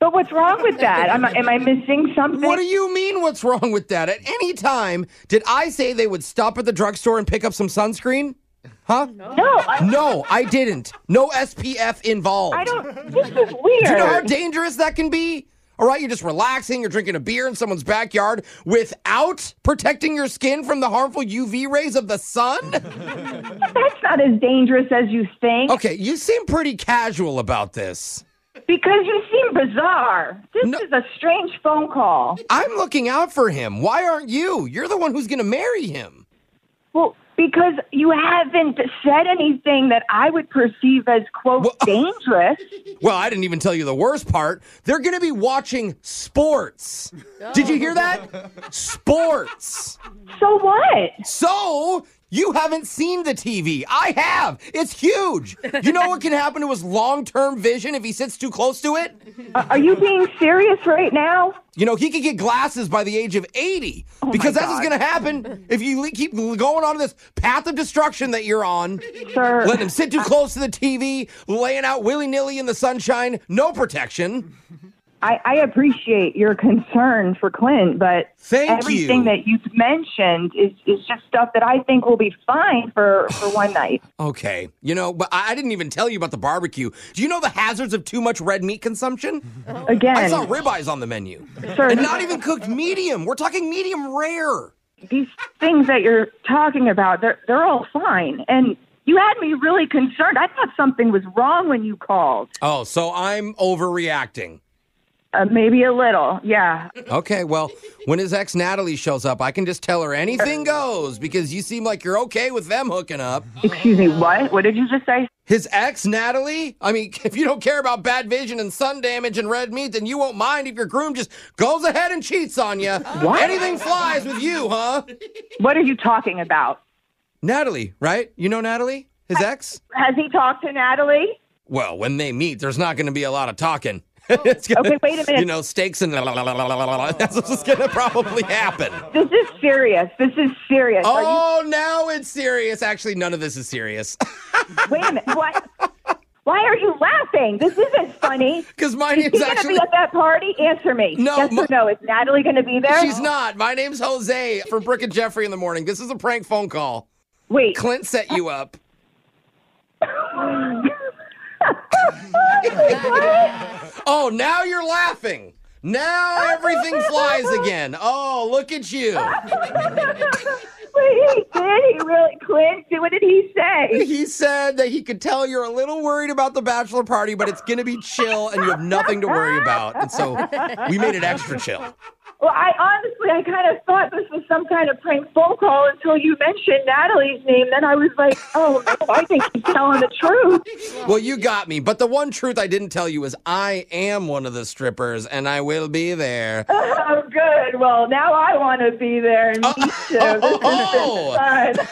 S10: But what's wrong with that? Am I, am I missing something?
S7: What do you mean, what's wrong with that? At any time, did I say they would stop at the drugstore and pick up some sunscreen? Huh? No.
S10: I-
S7: no, I didn't. No SPF
S4: Oh.
S7: involved.
S10: I don't. This is weird.
S7: Do you know how dangerous that can be? All right, you're just relaxing, you're drinking a beer in someone's backyard without protecting your skin from the harmful UV rays of the sun?
S10: That's not as dangerous as you think.
S7: Okay, you seem pretty casual about this.
S10: Because you seem bizarre. This is a strange phone call.
S7: I'm looking out for him. Why aren't you? You're the one who's going to marry him.
S10: Well, because you haven't said anything that I would perceive as, quote, dangerous.
S7: Well, I didn't even tell you the worst part. They're going to be watching sports. Did you hear that? Sports.
S10: So what?
S7: So you haven't seen the TV. I have. It's huge. You know what can happen to his long term vision if he sits too close to it?
S10: Uh, Are are you being serious right now? Oh,
S7: You know, he could get glasses by the age of 80 because that's what's
S10: God.
S7: going to happen if you le- keep going on this path of destruction that you're on.
S10: Sir.
S7: Letting him sit too close to the TV, laying out willy nilly in the sunshine, no protection.
S10: I, I appreciate your concern for Clint, but
S7: Thank
S10: everything
S7: you.
S10: that you've mentioned is, is just stuff that I think will be fine for, for one night.
S7: Okay. You know, but I I didn't even tell you about the barbecue. Do you know the hazards of too much red meat consumption?
S10: Again,
S7: I saw ribeyes on the menu.
S10: Sir,
S7: and
S10: this-
S7: not even cooked medium. We're talking medium rare.
S10: these things that you're talking about, they're, they're all fine. And you had me really concerned. I thought something was wrong when you called.
S7: Oh, so I'm overreacting.
S10: Uh, maybe a little, yeah.
S7: Okay, well, when his ex Natalie shows up, I can just tell her anything goes because you seem like you're okay with them hooking up.
S10: Excuse me, what? What did you just say?
S7: His ex Natalie? I mean, if you don't care about bad vision and sun damage and red meat, then you won't mind if your groom just goes ahead and cheats on you.
S10: What?
S7: Anything flies with you, huh?
S10: What are you talking about?
S7: Natalie, right? You know Natalie? His ex?
S10: Has he talked to Natalie?
S7: Well, when they meet, there's not going to be a lot of talking. It's gonna-
S10: Oh. Okay, wait a minute.
S7: You know, steaks and that's what's going to probably happen.
S10: This is serious. This is serious. Are you-
S7: Oh, now it's serious. Actually, none of this is serious
S10: Wait a minute. What? Why are you laughing? This isn't funny.
S7: because my name's
S10: Is he
S7: actually.
S10: going to be at that party? Answer me.
S7: No,
S10: Yes
S7: my-
S10: or no? Is Natalie going to be there?
S7: She's not. My name's Jose from Brooke and Jeffrey in the morning. This is a prank phone call.
S10: Wait.
S7: Clint set you up. Oh, now you're laughing. Now everything flies again. Oh, look at you.
S10: Wait, he did. He really, Clint. What did he say?
S7: He said that he could tell you're a little worried about the bachelor party, but it's going to be chill and you have nothing to worry about. And so we made it extra chill.
S10: Well, I honestly, I kind of thought this was some kind of prank phone call until you mentioned Natalie's name. Then I was like, oh, no, I think he's telling the truth.
S7: Well, you got me. But the one truth I didn't tell you is I am one of the strippers and I will be there.
S10: Oh, good. Well, now I want to be there and meet you. This
S7: oh.
S10: has been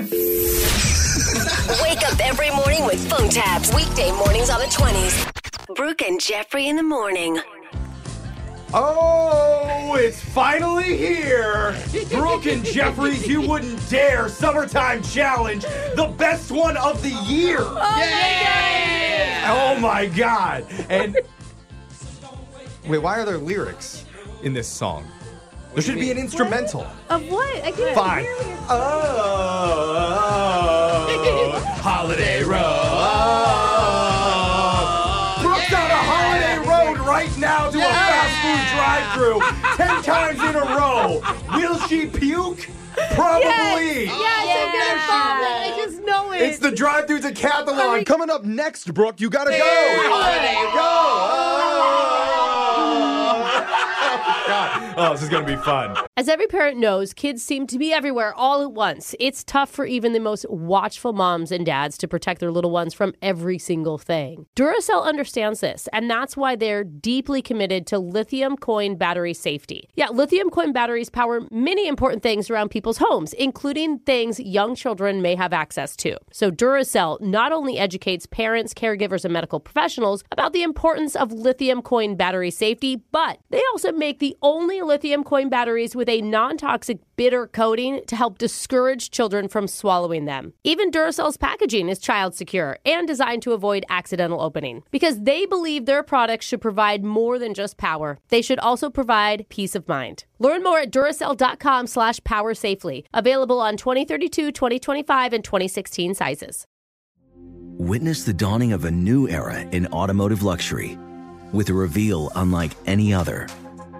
S10: fun.
S9: Wake up every morning with phone taps. Weekday mornings on the 20s. Brooke and Jeffrey in the morning.
S15: Oh, it's finally here! Brooke and Jeffries, you wouldn't dare summertime challenge, the best one of the year! Oh my god! And
S4: Wait, why are there lyrics in this song? There should be an instrumental.
S5: Of what? I can't
S4: Fine.
S15: Oh, holiday
S4: Oh.
S15: road. Brooks on a holiday road right now to a fast food drive-through, ten times in a row. Will she puke? Probably.
S5: Yes,
S7: Oh,
S5: yes I'm gonna fall. I just know it. Oh
S4: It's the drive through decathlon. Coming up next, Brooke, you gotta go.
S15: Holiday
S4: God. Oh, this is gonna be fun.
S1: As every parent knows, kids seem to be everywhere all at once. It's tough for even the most watchful moms and dads to protect their little ones from every single thing. Duracell understands this, and that's why they're deeply committed to lithium coin battery safety. Yeah, lithium coin batteries power many important things around people's homes, including things young children may have access to. So Duracell not only educates parents, caregivers, and medical professionals about the importance of lithium coin battery safety, but they also make the only lithium coin batteries with a non toxic bitter coating to help discourage children from swallowing them. Even Duracell's packaging is child secure and designed to avoid accidental opening because they believe their products should provide more than just power. They should also provide peace of mind. Learn more at duracell.com slash power safely. Available on 2032, 2025, and 2016 sizes.
S11: Witness the dawning of a new era in automotive luxury with a reveal unlike any other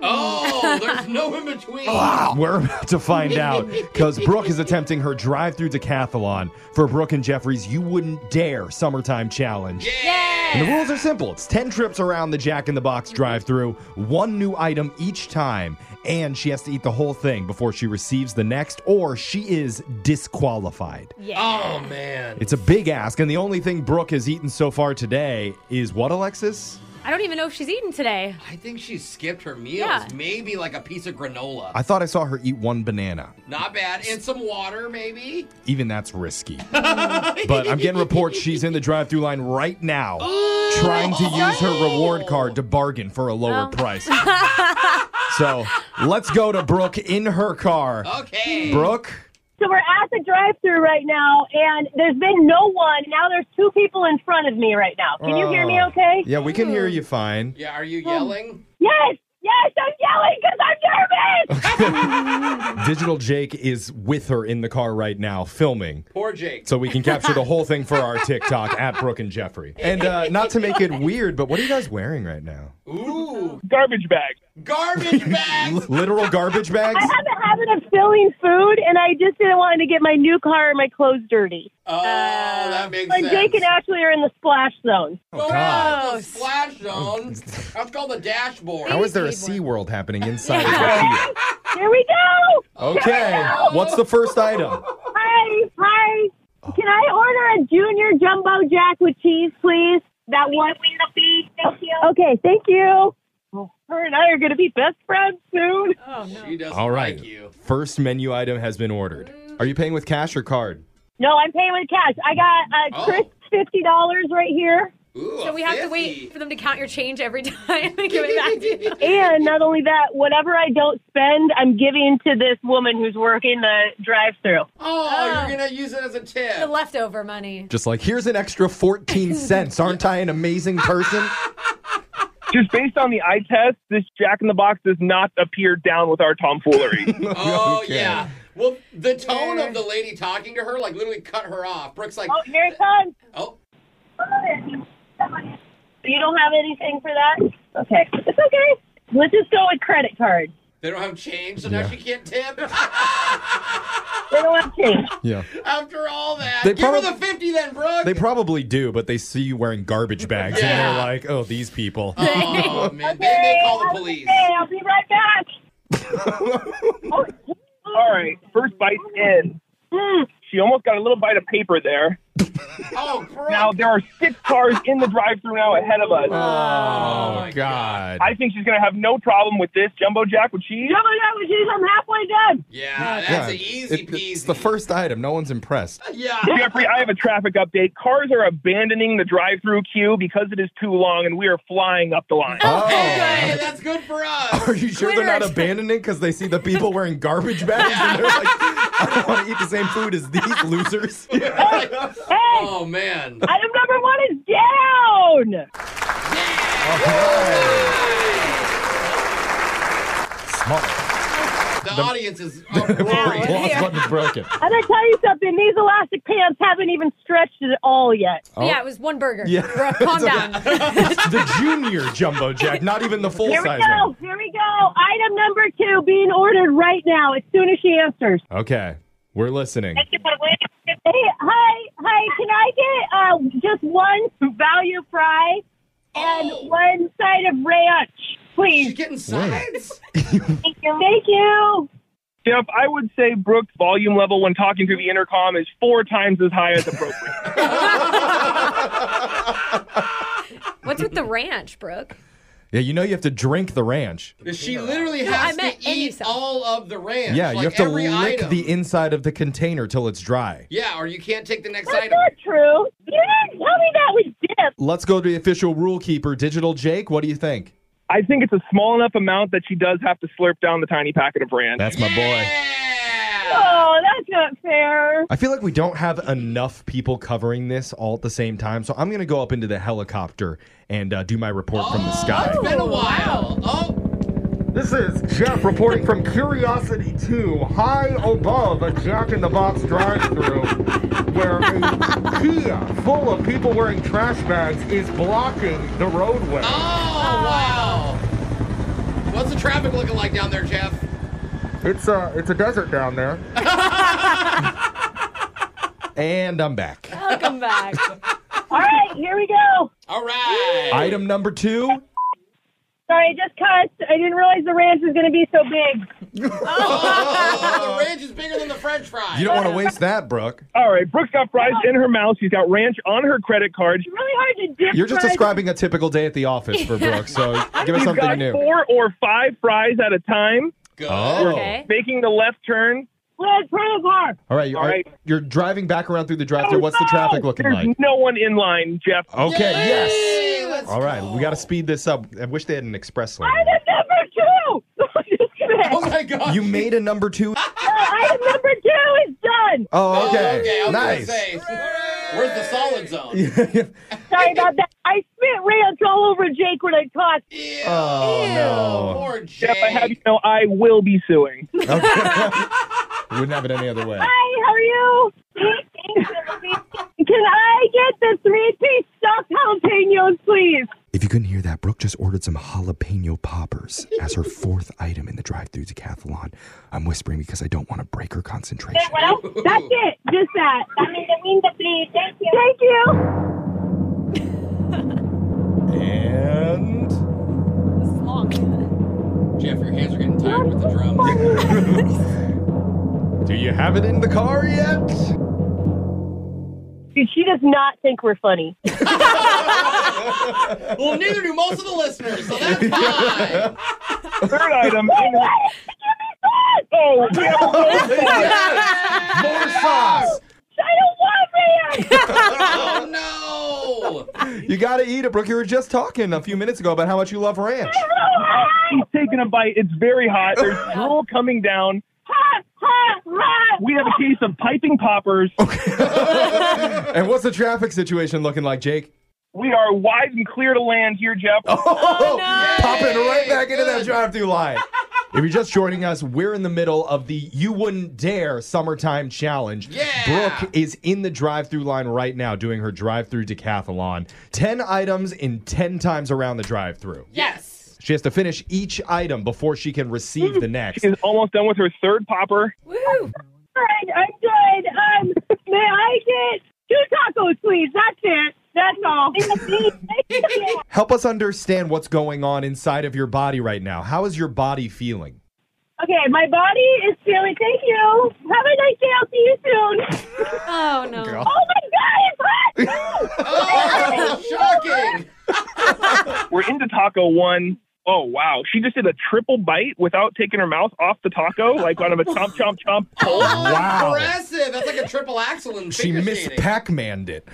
S6: Oh, there's no in between.
S4: We're about to find out because Brooke is attempting her drive through decathlon for Brooke and Jeffrey's You Wouldn't Dare Summertime Challenge. And the rules are simple it's 10 trips around the Jack in the Box drive through, one new item each time, and she has to eat the whole thing before she receives the next, or she is disqualified.
S6: Oh man.
S4: It's a big ask, and the only thing Brooke has eaten so far today is what, Alexis?
S3: I don't even know if she's eaten today.
S7: I think she skipped her meals.
S3: Yeah.
S7: Maybe like a piece of granola.
S4: I thought I saw her eat one banana.
S7: Not bad. And some water, maybe.
S4: Even that's risky. but I'm getting reports she's in the drive through line right now trying to use her reward card to bargain for a lower price. so let's go to Brooke in her car.
S7: Okay.
S4: Brooke,
S14: So we're at the drive-through right now, and there's been no one. Now there's two people in front of me right now. Can you hear me?
S4: Oh.
S14: Okay?
S4: Yeah, we can hear you fine.
S7: Yeah, are
S14: Oh.
S7: you yelling?
S14: Yes, yes, I'm yelling because I'm nervous.
S4: Digital Jake is with her in the car right now filming.
S7: Poor Jake.
S4: So we can capture the whole thing for our TikTok at Brooke and Jeffrey. And uh, not to make it weird, but what are you guys wearing right now?
S7: Ooh.
S8: Garbage bag.
S7: Garbage bag.
S4: Literal garbage bags?
S14: I have a habit of spilling food, and I just didn't want to get my new car and my clothes dirty.
S7: Oh, that makes
S14: But
S7: sense.
S14: Jake and Ashley are in the splash zone.
S4: oh,
S7: Go out to the splash zone. That's called the dashboard.
S4: How is there a Sea World happening inside of the
S14: Here we go.
S4: Okay. What's the first item?
S14: Hi, hi. Can I order a junior jumbo jack with cheese, please? That one. Thank you. Okay, thank you. Oh, Her and I are going to be best friends soon.
S3: Oh, no.
S7: She doesn't
S4: All right. First menu item has been ordered. Are you paying with cash or card?
S14: No, I'm paying with cash. I
S4: Oh.
S14: got a crisp fifty dollars right here.
S3: so we have to wait for them to count your change every time and give it back to you.
S14: And not only that, whatever I don't spend, I'm giving to this woman who's working the drive-through.
S7: Oh, you're going to use it as a tip.
S3: The leftover money.
S4: Just like, here's an extra 14 cents. Aren't I an amazing person?
S8: Just based on the eye test, this Jack in the Box does not appear down with our tomfoolery.
S7: Oh, yeah. Well, the tone of the lady talking to her, like, literally cut her off. Brooke's like,
S14: Oh, here it comes.
S7: Oh.
S14: You don't have anything for that? Okay, it's okay. Let's just go with credit card.
S7: they don't have change, so now she can't tip.
S14: They don't have change.
S4: Yeah.
S7: After all that,
S4: They
S7: give her
S4: probab-
S7: the 50 then, Brooke.
S4: They probably do, but they see you wearing garbage bags and they're like, oh, these people.
S7: Oh, man. They may call the police.
S14: Hey, I'll be right back.
S8: All right, first bite's in. She almost got a little bite of paper there.
S7: Oh, Brooke.
S8: Now there are six cars in the drive-through now ahead of us.
S4: Oh, God.
S8: I think she's gonna have no problem with this jumbo jack with cheese.
S14: Jumbo Jack with cheese, I'm halfway done.
S7: Yeah, that's
S4: Yeah,
S7: an easy
S4: it-
S7: piece.
S4: It's the first item. No one's impressed.
S7: Yeah.
S8: Jeffrey, I have a traffic update. Cars are abandoning the drive-through queue because it is too long, and we are flying up the line.
S7: Hey, that's good for us.
S4: Oh, Are you sure they're not abandoning because they see the people wearing garbage bags and they're like, I don't want to eat the same food as these losers?
S7: oh, man.
S14: Item number one is down.
S4: Smart.
S7: The audience is
S4: Applause
S7: uproarious.
S4: button's broken.
S14: I'm going to tell you something. These elastic pants haven't even stretched at all yet.
S4: Oh.
S3: Yeah, it was one burger.
S4: Yeah.
S3: Bro, calm down.
S4: the junior jumbo jack, not even the full
S14: Here we
S4: size
S14: go.
S4: one.
S14: Here we go. Item number two being ordered right now as soon as she answers.
S4: Okay, we're listening.
S14: Hey, hi, hi. Can I get uh, just one value fry and one side of ranch,
S7: She's
S14: please?
S7: getting sides?
S14: Thank you. Thank you.
S8: Jeff, I would say Brooke's volume level when talking through the intercom is four times as high as appropriate.
S3: What's with the ranch, Brooke?
S4: Yeah, you know you have to drink the ranch.
S7: She literally
S3: No,
S7: has
S3: I meant
S7: to
S3: any
S7: eat
S3: sauce.
S7: all of the ranch.
S4: Yeah,
S7: like
S4: you have to
S7: every
S4: lick
S7: item.
S4: the inside of the container till it's dry.
S7: Yeah, or you can't take the next
S14: That's
S7: item.
S14: not true. You didn't tell me that was dip.
S4: Let's go to the official rule keeper, Digital Jake. What do you think?
S8: I think it's a small enough amount that she does have to slurp down the tiny packet of ranch.
S4: That's my boy.
S14: Oh, that's not fair.
S4: I feel like we don't have enough people covering this all at the same time, so I'm going to go up into the helicopter and uh, do my report from the sky.
S7: It's been a while. Oh,
S15: This is Jeff reporting from Curiosity 2, high above a Jack in the Box drive through, where a Kia full of people wearing trash bags is blocking the roadway.
S7: oh, wow. What's the traffic looking like down there, Jeff?
S15: It's a, it's a desert down there.
S4: And I'm back.
S3: Welcome back.
S14: All right, here we go.
S7: All right.
S4: Item number two.
S14: Sorry, I just cussed. I didn't realize the ranch was going to be so big.
S7: Oh, the ranch is bigger than the
S6: French fries.
S4: You don't want to waste that, Brooke.
S8: All right, Brooke's got fries in her mouth. She's got ranch on her credit card.
S14: really hard to dip.
S4: You're just
S14: fries.
S4: describing a typical day at the office for Brooke, so give us
S8: She's
S4: something
S8: got
S4: new.
S8: four or five fries at a time.
S4: Oh.
S8: We're
S4: Okay.
S8: Making the left turn.
S14: Let's turn the car.
S4: All right, you're,
S8: All right.
S4: you're driving back around through the drive-through. What's the traffic looking
S8: There's
S4: like?
S8: no one in line, Jeff.
S4: Okay, yes. All right, we got to speed this up. I wish they had an express lane.
S14: I'm number two.
S6: Oh my god.
S4: You made a number two.
S14: I am number two. It's done.
S4: Oh, okay.
S6: okay, I was
S4: nice.
S6: gonna say, where's the solid zone?
S14: Sorry about that. I spit ranch all over Jake when I talked.
S4: Oh no.
S6: Poor
S8: Jeff, I have you know I will be suing.
S4: We wouldn't have it any other way.
S14: Hi, how are you? Can I get the three piece stuffed jalapenos, please?
S4: If you couldn't hear that, Brooke just ordered some jalapeno poppers as her fourth item in the drive-through decathlon. I'm whispering because I don't want to break her concentration.
S14: What else? That's it. Just that. I mean, the wings, please. Thank you. Thank you.
S4: And
S6: Jeff, your hands are getting tired with the drums.
S4: do you have it in the car yet?
S14: Dude, she does not think we're funny.
S6: well, neither do most of the listeners, so that's fine.
S8: Third item. in her- oh, we have a bonus prize.
S4: More sauce.
S14: I don't want ranch.
S6: oh no!
S4: You gotta eat it, Brooke. You were just talking a few minutes ago about how much you love ranch.
S8: She's taking a bite. It's very hot. There's drool coming down.
S14: Ha, ha, ha.
S8: We have a case of piping poppers.
S4: and what's the traffic situation looking like, Jake?
S8: We are wide and clear to land here, Jeff.
S4: Oh, popping right back into that drive-through line. If you're just joining us, we're in the middle of the You Wouldn't Dare Summertime Challenge.
S6: Yeah.
S4: Brooke is in the drive-through line right now doing her drive-through decathlon. 10 items in 10 times around the drive-through.
S6: Yes.
S4: She has to finish each item before she can receive the next.
S8: She's almost done with her third popper.
S3: Woo!
S14: All right, I'm good. Um, may I get two tacos, please? That's it. That's all.
S4: Help us understand what's going on inside of your body right now. How is your body feeling?
S14: okay, my body is feeling. Thank you. Have a nice day. I'll see you soon.
S3: Oh no.
S14: Oh my God, it's hot.
S6: Oh, shocking!
S8: We're into taco one. Oh wow, she just did a triple bite without taking her mouth off the taco, like out of a chomp chomp chomp.
S6: Oh,
S4: Wow.
S6: that's impressive. That's like a triple axle in
S4: She
S6: figure
S4: Miss
S6: skating.
S4: Pac-Maned it.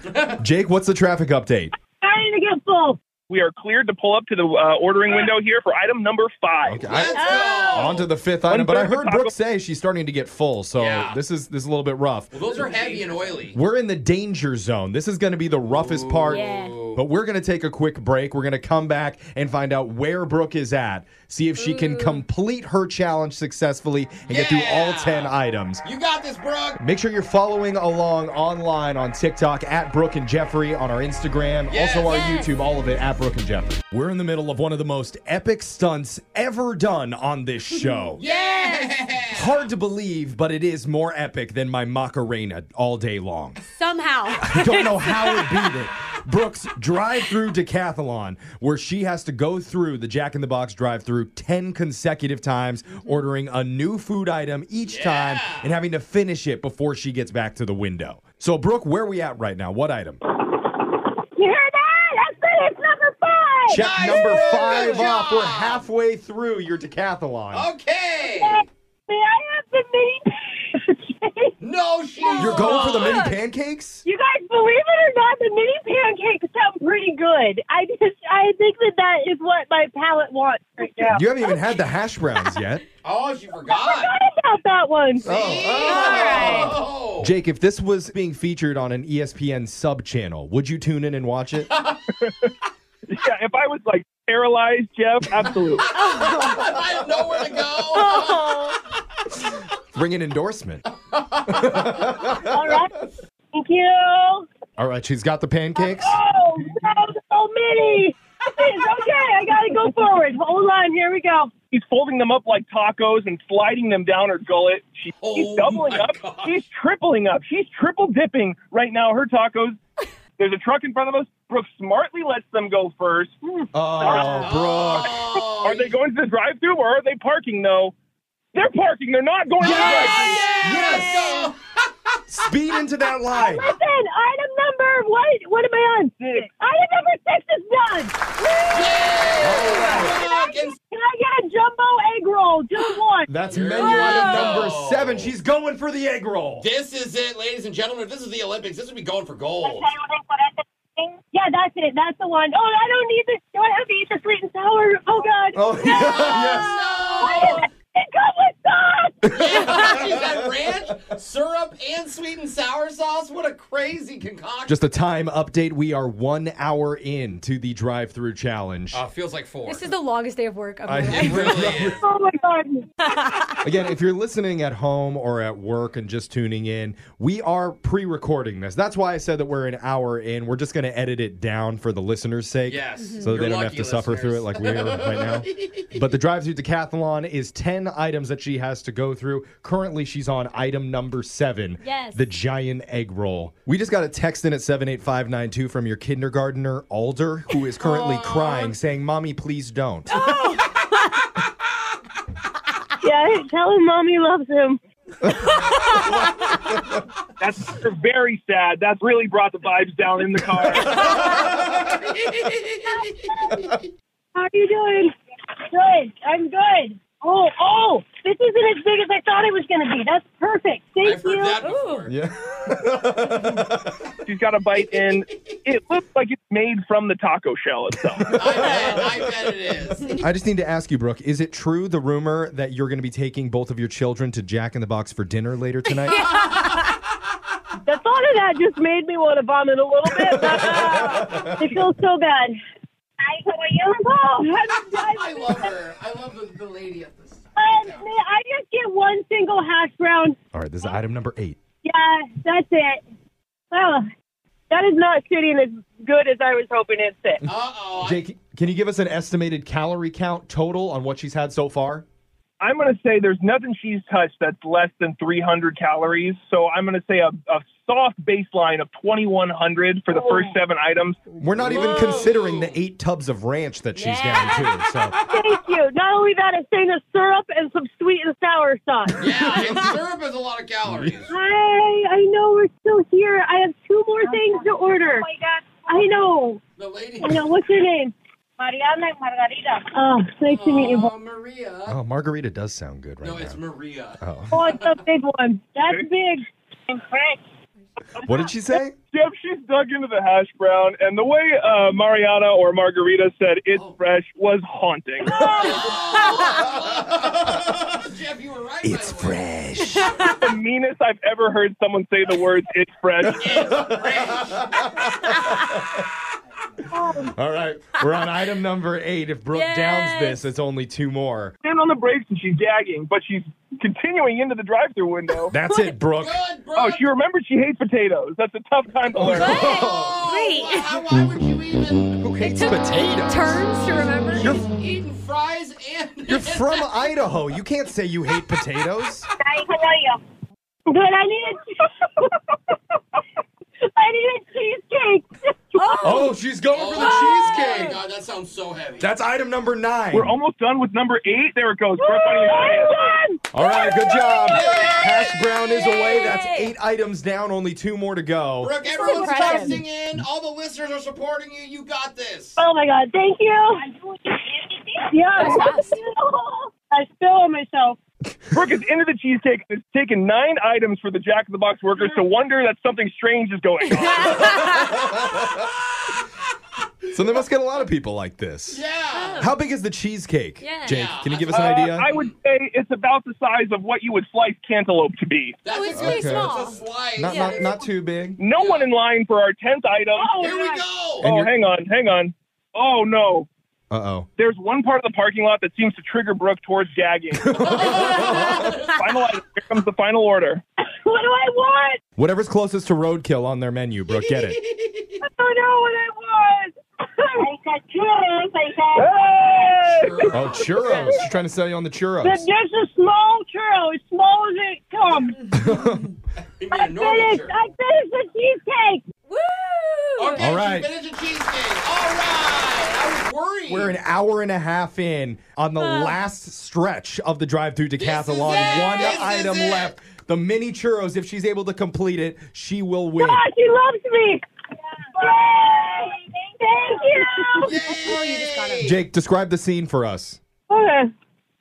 S4: Jake, what's the traffic update?
S14: Starting to get full.
S8: We are cleared to pull up to the uh, ordering window here for item number five.
S4: Okay,
S6: Let's
S4: I-
S6: go.
S4: on to the fifth item, but I
S8: third
S4: heard
S8: taco-
S4: Brooke say she's starting to get full, so
S6: Yeah.
S4: this is this is a little bit rough.
S6: Well, those are heavy and oily.
S4: We're in the danger zone. This is going to be the roughest part.
S3: Yeah.
S4: But we're going to take a quick break. We're going to come back and find out where Brooke is at. See if she can complete her challenge successfully and get through all
S6: Yeah.
S4: 10 items.
S6: You got this, Brooke.
S4: Make sure you're following along online on TikTok at Brooke and Jeffrey, on our Instagram,
S6: Yes.
S4: also our YouTube, all of it at Brooke and Jeffrey. We're in the middle of one of the most epic stunts ever done on this show.
S6: Yeah.
S4: Hard to believe, but it is more epic than my Macarena all day long.
S3: Somehow.
S4: I don't know how it beat it. Brooks drive through decathlon, where she has to go through the Jack in the Box drive through 10 consecutive times, ordering a new food item each time and having to finish it before she gets back to the window. So, Brooke, where are we at right now? What item?
S6: Oh,
S14: You hear that? That's good. It's number five.
S4: Check
S6: Nice,
S4: number
S6: Brooke.
S4: five
S6: Good
S4: off. We're
S6: job. Oh,
S4: halfway through your decathlon.
S6: Okay.
S14: May I have the mini pancakes?
S6: No, she's
S4: You're going for the mini pancakes?
S14: You guys, believe it or not, the mini pancakes sound pretty good. I just, I think that that is what my palate wants right now.
S4: You haven't even had the hash browns yet.
S6: Oh, she forgot.
S14: What about that one?
S6: Oh.
S4: Jake, if this was being featured on an E ESPN sub channel, would you tune in and watch it?
S8: Yeah, if I was like paralyzed, Jeff,
S14: Oh.
S8: absolutely.
S6: I don't know where to go.
S4: Bring an endorsement.
S14: All right. Thank you.
S4: All right, she's got the pancakes.
S14: Oh, no, so many. It's okay, I gotta go forward. Hold on, here we go.
S8: She's folding them up like tacos and sliding them down her gullet. She,
S6: Oh,
S8: she's doubling
S6: my
S8: up.
S6: gosh.
S8: She's tripling up. She's triple dipping right now her tacos. There's a truck in front of us. Brooke smartly lets them go first.
S4: Oh, Brooke.
S6: Oh.
S8: Are they going to the drive-through or are they parking though? They're parking. They're not going to the drive-through.
S4: Yes! Speed into that line.
S14: Listen, item number what? What am I on? Six. Item number six is done. Can, I, can I get a jumbo egg roll? Just one.
S4: That's menu item number seven. She's going for the egg roll.
S7: This is it, ladies and gentlemen. If this is the Olympics, this would be going for gold.
S14: Yeah, that's it. That's the one. Oh, I don't need this. Do I have to eat the sweet and sour? Oh God.
S4: Oh
S14: no!
S4: yes.
S14: It comes with sauce.
S7: Yeah, she's got ranch, syrup, and sweet and sour sauce. What a crazy concoction.
S4: Just a time update. We are one hour in to the drive-through challenge.
S7: Uh, feels like four.
S3: This is the longest day of work of my
S4: I-
S3: life.
S4: It really
S7: is.
S14: Oh my God.
S4: Again, if you're listening at home or at work and just tuning in, we are pre recording this. That's why I said that we're an hour in. We're just going to edit it down for the listeners' sake.
S7: Yes. Mm-hmm.
S4: So that
S7: You're
S4: they don't have to
S7: lucky,
S4: suffer through it like we are right now. But the drive through decathlon is 10 items that she has to go through. Currently, she's on item number seven
S3: Yes.
S4: the giant egg roll. We just got a text in at 78592 from your kindergartner, Alder, who is currently crying, saying, Mommy, please don't.
S14: Yeah, tell him Oh, mommy loves him.
S16: That's very sad. That's really brought the vibes down in the car.
S14: How are you doing? Good. I'm good. Oh, oh, this isn't as big as I thought it was going to be. That's perfect. Thank you.
S4: Yeah.
S8: She's got a bite in. It looks like it's made from the taco shell itself.
S4: I just need to ask you, Brooke, is it true the rumor that you're going to be taking both of your children to Jack in the Box for dinner later tonight?
S14: The thought of that just made me want to vomit a little bit. but, uh, it feels so bad. Oh, Hi, how are you?
S6: I love her. I love the, the lady at this.
S14: Um, may I just get one single hash brown.
S4: All right, this is item number eight.
S14: Yeah, that's it. Well, that is not sitting as good as I was hoping it'd sit.
S6: Oh,
S7: Oh,
S4: Jake, can you give us an estimated calorie count total on what she's had so far?
S8: I'm going to say there's nothing she's touched that's less than 300 calories. So I'm going to say a, a soft baseline of 2,100 for the first seven items.
S4: We're not even considering the eight tubs of ranch that she's down to. So.
S14: Thank you. Not only that, it's saying a syrup and some sweet and sour sauce.
S7: Yeah, and syrup has a lot of calories.
S14: Hi, I know we're still here. I have two more things to order. Oh my god. I know.
S7: The lady.
S14: I know. What's your name?
S9: Mariana and Margarita.
S14: Oh, nice to meet you. both.
S7: Maria.
S4: Oh, margarita does sound good right
S7: No, it's Maria.
S4: now. Oh.
S14: Oh, it's a big one. That's big. In French.
S4: What did she say?
S8: Jeff, she's dug into the hash brown, and the way uh, Mariana or Margarita said it's fresh was haunting.
S7: Jeff, you were right.
S8: It's fresh. the meanest I've ever heard someone say the words "it's fresh."
S4: All right, we're on item number eight. If Brooke downs this, it's only two more.
S8: Stand on the brakes and she's gagging, but she's continuing into the drive-through window.
S4: That's it, Brooke.
S8: Oh, she remembered she hates potatoes. That's a tough time to learn.
S6: Wait.
S4: Why would you even? Who hates potatoes?
S3: Terms to remember.
S4: You're,
S6: Eating fries and.
S4: you're from Idaho. You can't say you hate potatoes.
S14: Hi, how are you? Good. I need a. I need a cheesecake.
S4: Oh, she's going for the
S7: Oh,
S4: cheesecake.
S7: my God, that sounds so heavy.
S4: That's item number nine.
S8: We're almost done with number eight. There it goes. Brooke, on your
S4: All right, good job. Hash brown is away. That's eight items down, only two more to go.
S7: Brooke, everyone's
S14: impressive.
S7: texting in. All the listeners are supporting you. You got this.
S14: Oh my god, thank you. Yeah. I feel on myself.
S8: Brooke is into the cheesecake. It's taken nine items for the Jack in the Box workers to wonder that something strange is going on.
S4: So there must get a lot of people like this.
S3: Oh.
S7: Yeah.
S4: How big is the cheesecake?
S7: Yeah.
S4: Jake, can you give us
S8: Uh,
S4: an idea?
S8: I would say it's about the size of what you would slice cantaloupe to be.
S7: That's
S3: Oh, it's really
S4: Okay.
S3: small.
S7: a slice.
S4: Not, not, not too big.
S8: No one in line for our tenth item.
S7: Here we go.
S4: And
S8: Oh,
S4: you're-
S8: hang on, hang on. Oh no.
S4: Uh oh.
S8: There's one part of the parking lot that seems to trigger Brooke towards gagging. final item. Here comes the final order.
S14: What do I want?
S4: Whatever's closest to roadkill on their menu, Brooke, get it.
S14: I don't know what I want. I got churros. I got.
S4: Oh, churros. She's trying to sell you on the
S14: But
S4: churros.
S14: there's a small churro, as small as it comes.
S7: You
S14: I
S7: mean a normal
S14: finished.
S7: church.
S14: I finished the cheesecake.
S3: Woo!
S7: Okay,
S4: All right.
S7: she finished a cheesecake. All right. I was worried.
S4: We're an hour and a half in on the last stretch of the drive through decathlon.
S7: it.
S4: One
S7: This is
S4: item
S7: it.
S4: left. the mini churros. If she's able to complete it, she will win.
S14: Oh, she loves me. Yay! Thank you.
S4: Jake, describe the scene for us.
S16: Okay.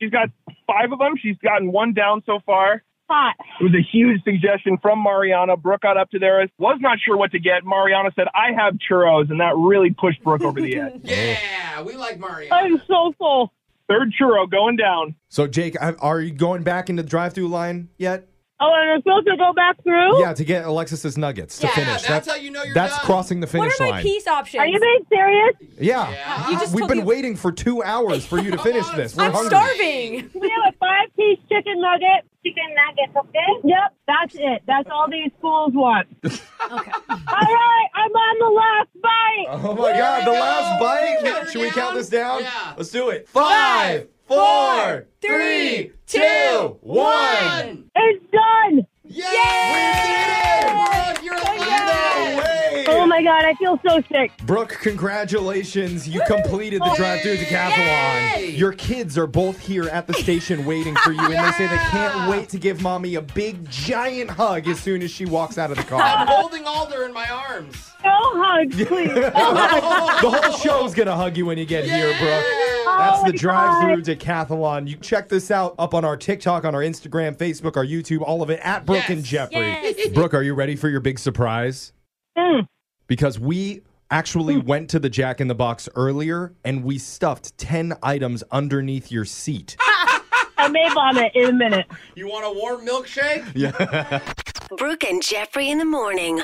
S16: She's got five of them. She's gotten one down so far. Hot. It was a huge suggestion from Mariana. Brooke got up to there, was not sure what to get. Mariana said, I have churros, and that really pushed Brooke over the edge.
S7: Yeah, we like Mario.
S16: I'm so full. Third churro going down.
S4: So, Jake, I- are you going back into the drive-through line yet?
S14: Oh, and I'm supposed to go back through?
S4: Yeah, to get Alexis's nuggets to
S14: Yeah,
S4: finish.
S14: that's
S4: how you know you're That's crossing the finish line.
S3: options?
S14: Are you being serious?
S4: Yeah.
S14: You just
S4: We've
S14: told
S4: been
S14: me-
S4: waiting for two hours for you to finish this. We're hungry.
S14: starving. We have a five piece chicken nugget.
S9: Chicken nuggets, okay?
S14: Yep, that's it. That's all these schools want. okay. All right, I'm on the last bite.
S4: Oh my God, the last bite. Should we count this down? Let's do it. Five, four, three, two, one.
S14: It's done. Oh my god, I feel so sick.
S4: Brooke, congratulations. You completed the drive through
S14: Yay!
S4: decathlon. Your kids are both here at the station waiting for you, and they say they can't wait to give mommy a big, giant hug as soon as she walks out of the
S7: I'm
S4: car.
S7: holding Alder in my arms.
S14: No hugs, please.
S4: the whole show's going to hug you when you get here, Brooke. That's
S14: Oh
S4: the
S14: my
S4: drive through decathlon. You check this out up on our TikTok, on our Instagram, Facebook, our YouTube, all of it at Brooke and Jeffrey.
S14: Yes.
S4: Brooke, are you ready for your big surprise?
S14: Mm.
S4: because we actually
S14: Hmm.
S4: went to the Jack in the Box earlier and we stuffed 10 items underneath your seat.
S14: I may vomit in a minute.
S7: You want a warm milkshake?
S4: Yeah.
S17: Brooke and Jeffrey in the morning.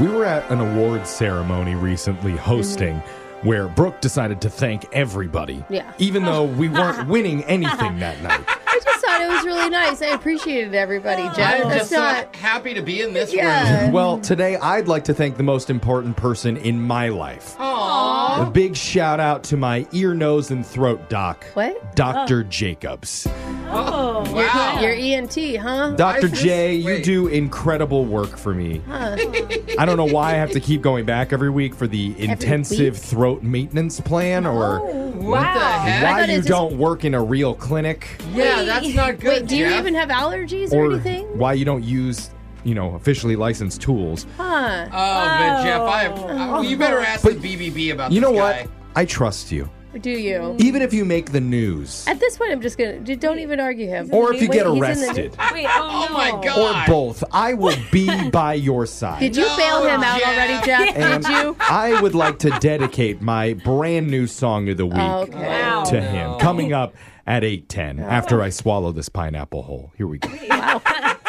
S4: we were at an awards ceremony recently hosting where Brooke decided to thank everybody.
S5: Mm-hmm. Yeah.
S4: Even though we weren't winning anything that night.
S5: I just thought it was really nice. I appreciated everybody, Jeff.
S7: I'm
S5: That's
S7: just
S5: not.
S7: so happy to be in this
S5: Yeah.
S7: room.
S4: Well, today I'd like to thank the most important person in my life. A big shout out to my ear, nose, and throat doc,
S5: What?
S4: Dr. Jacobs.
S5: Oh,
S7: wow.
S5: Your ENT, huh?
S4: Dr. J, you do incredible work for me.
S5: Huh.
S4: I don't know why I have to keep going back every week for the intensive
S5: week?
S4: throat maintenance plan or
S5: wow. I
S4: why
S5: thought it
S4: you
S5: just-
S4: don't work in a real clinic
S5: Wait. Wait, do you even have allergies or,
S4: or
S5: anything?
S4: why you don't use, you know, officially licensed tools.
S5: Huh. Oh.
S7: Oh, but Jeff, I have, I- you better ask the BBB about
S4: You
S7: this
S4: know
S7: guy.
S4: what? I trust you.
S5: Do you?
S4: Even if you make the news
S5: At this point, I'm just gonna d- don't even argue him.
S4: Or if you get
S5: he's in the-
S4: arrested.
S5: Wait, oh, my
S4: or both, I will be by your side.
S5: Did you bail him out already, Jeff?
S4: And
S5: Did you?
S4: I would like to dedicate my brand new song
S5: Oh,
S4: of the week
S5: Okay. Wow.
S4: to him. Coming up at 8:10 after I swallow this pineapple whole. Here we go.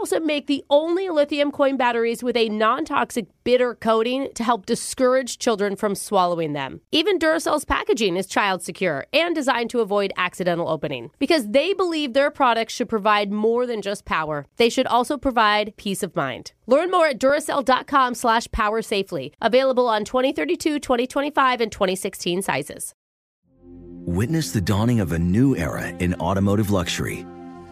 S1: also make the only lithium coin batteries with a non toxic bitter coating to help discourage children from swallowing them. Even Duracell's packaging is child secure and designed to avoid accidental opening because they believe their products should provide more than just power. They should also provide peace of mind. Learn more at Duracell.com slash power safely. Available on 2032, 2025, and 2016 sizes.
S11: Witness the dawning of a new era in automotive luxury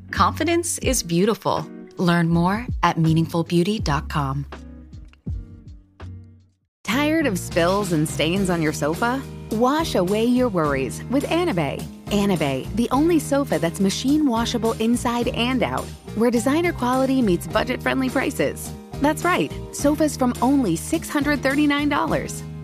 S18: Confidence is beautiful. Learn more at meaningfulbeauty.com.
S2: Tired of spills and stains on your sofa? Wash away your worries with Anabe. Anabe, the only sofa that's machine washable inside and out, where designer quality meets budget friendly prices. That's right, sofas from only $639.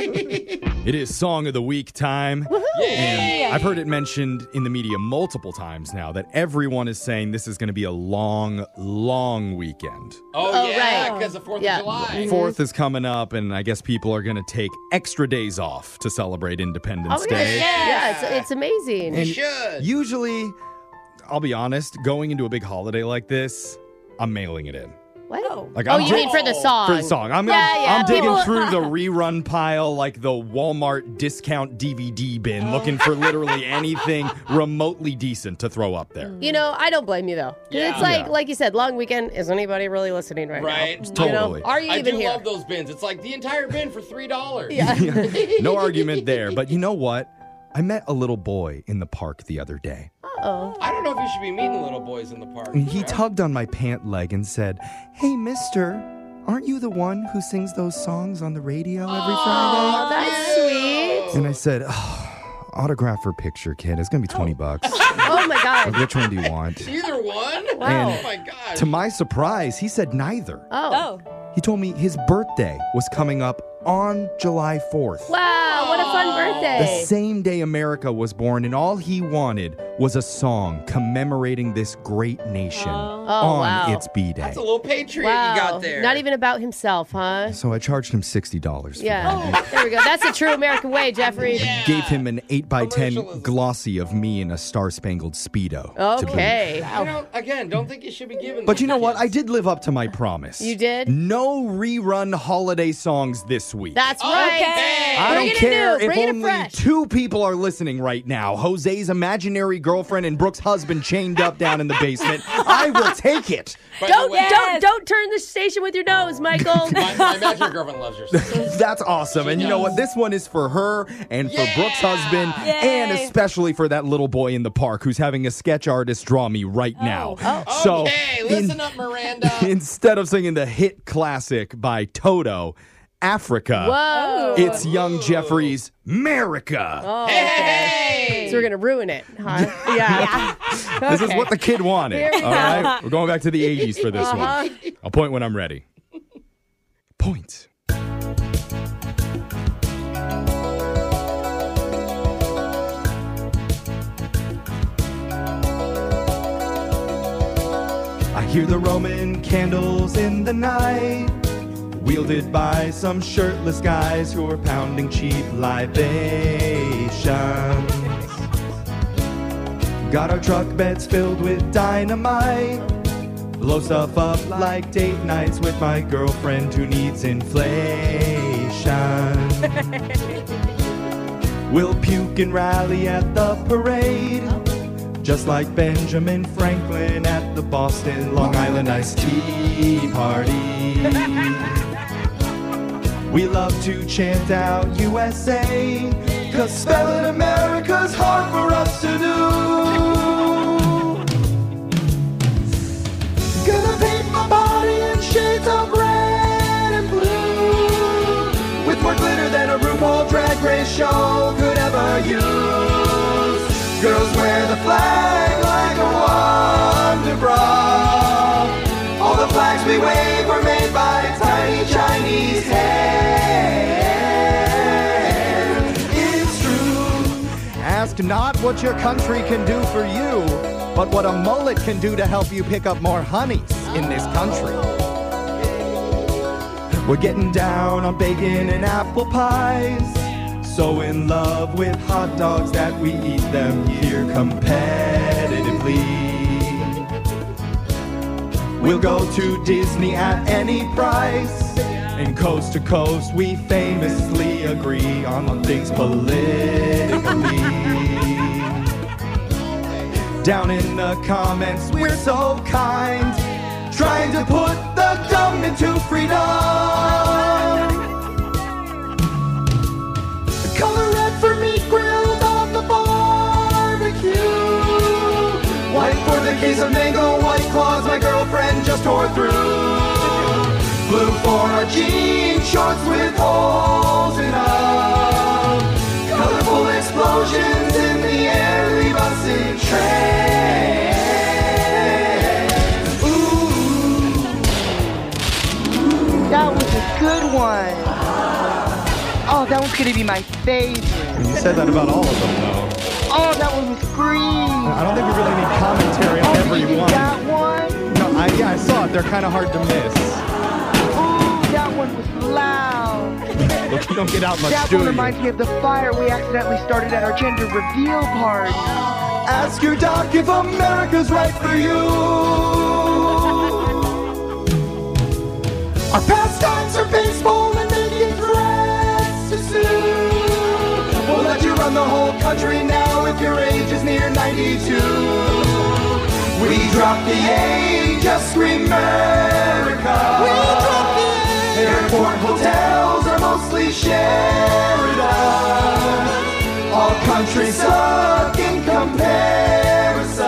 S4: It is song of the week time. And I've heard it mentioned in the media multiple times now that everyone is saying this is going to be a long, long weekend.
S7: Oh,
S6: Oh,
S7: yeah,
S6: right.
S7: because the 4th
S6: Yeah.
S7: of July.
S1: Mm-hmm.
S4: Fourth is coming up, and I guess people are going to take extra days off to celebrate Independence
S1: Oh, yeah,
S4: Day.
S1: yeah, it's, it's amazing.
S4: And Usually, I'll be honest, going into a big holiday like this, I'm mailing it in.
S1: What?
S4: Like,
S1: oh,
S4: I'm
S1: you
S4: dig-
S1: mean for the song?
S4: For the song. I'm,
S1: yeah,
S4: I'm-
S1: yeah.
S4: I'm digging
S1: people-
S4: through the rerun pile, like the Walmart discount DVD bin, looking for literally anything remotely decent to throw up there.
S1: You know, I don't blame you though. 'Cause
S7: Yeah.
S1: It's like,
S4: Yeah.
S1: like you said, long weekend. Is anybody really listening right,
S7: Right?
S1: now? You know,
S4: Totally.
S1: are you
S7: I
S1: even
S7: do
S1: here?
S7: love those bins. It's like the entire bin for $3.
S4: no argument there. But you know what? I met a little boy in the park the other day.
S1: oh
S7: I don't know if you should be meeting little boys in the park.
S4: And he tugged on my pant leg and said, Hey, mister, aren't you the one who sings those songs on the radio every
S1: Oh,
S4: Friday?
S1: that's sweet.
S4: And I said, "Oh, Autograph or picture, kid. It's going to be 20 bucks.
S1: Oh my
S4: Like,
S1: god.
S4: Which one do you want?
S7: Either one?
S4: And
S7: Oh my god.
S4: To my surprise, he said neither.
S1: Oh.
S4: He told me his birthday was coming up on July 4th.
S1: Wow, what a fun
S4: The
S1: birthday.
S4: same day America was born, and all he wanted was a song commemorating this great nation on
S1: Oh, wow.
S4: its B Day.
S7: That's a little patriot
S1: Wow.
S7: you got there.
S1: Not even about himself, huh?
S4: So I charged him $60 for that.
S1: Yeah. There we go. That's the true American way, Jeffrey.
S4: and Gave him an 8x10 glossy of me in a star spangled Speedo. to boot.
S1: Okay.
S7: I don't, again, don't think you should be giving
S4: But
S7: them
S4: you know what?
S7: gifts.
S4: I did live up to my promise.
S1: You did?
S4: No rerun holiday songs this week.
S1: That's
S7: Okay.
S1: right.
S4: I
S1: Bring
S4: don't
S1: it
S4: care
S1: new. Bring
S4: if
S1: it
S4: only
S1: fresh.
S4: two people are listening right now. Jose's imaginary girlfriend and Brooke's husband chained up down in the basement. I will take it.
S7: By the
S1: Don't
S7: way,
S1: don't don't turn the station with your nose, Michael.
S7: My, my imaginary girlfriend loves your son.
S4: That's awesome. And you know what? This one is for her and for Brooke's husband and especially for that little boy in the park who's having a sketch artist draw me right now.
S1: Oh,
S4: So
S7: okay,
S4: in-
S7: listen up, Miranda.
S4: instead of singing the hit classic by Toto, Africa,
S1: Whoa.
S4: it's young Jeffrey's America.
S5: Oh,
S1: So we're gonna ruin it, huh? yeah.
S4: This is what the kid wanted.
S1: Here we
S4: All
S1: go. Uh-huh.
S4: right, we're going back to the '80s for this one.
S5: Uh-huh.
S4: I'll point when I'm ready. Point. I hear the Roman candles in the night, wielded by some shirtless guys who are pounding cheap libations. Got our truck beds filled with dynamite. Blow stuff up like date nights with my girlfriend who needs inflation. we'll puke and rally at the parade. Just like Benjamin Franklin at the Boston Long Island Iced Tea Party. we love to chant out USA, cause spelling America's hard for us to do. Gonna paint my body in shades of red and blue, with more glitter than a RuPaul drag
S6: show could ever use. Girls wear the flag like a wonder bra. All the flags we wave are made by tiny Chinese hands. It's true.
S19: Ask not what your country can do for you, but what a mullet can do to help you pick up more honeys in this country.
S6: We're getting down on bacon and apple pies. So in love with hot dogs that we eat them here competitively. We'll go to Disney at any price. And coast to coast, we famously agree on things politically. Down in the comments, we're so kind. Trying to put the dumb into freedom. Color red for meat grilled on the barbecue. White for the case of mango, white claws my girlfriend just tore through. Blue for our jean shorts with holes in them. Colorful explosions in the air leave us in trance. Ooh,
S20: That was a good one. Oh, that one's gonna be my favorite.
S4: You said that about all of them, though.
S20: Oh, that one was green.
S4: I don't think we really need commentary on every one.
S20: That one,
S4: No, I, yeah, I saw it. They're kind of hard to miss.
S20: ooh, that one was loud.
S4: Look, you don't get out much,
S20: that
S4: do
S20: one
S4: you?
S20: reminds me of the fire we accidentally started at our gender reveal party.
S6: Ask your doc if America's right for you. Our pastimes are baseball and making threats to sue. We'll let you run the whole country now if your age is near 92. We drop the A, just scream America. We drop the A. Airport hotels are mostly Sheridan. All countries suck in comparison.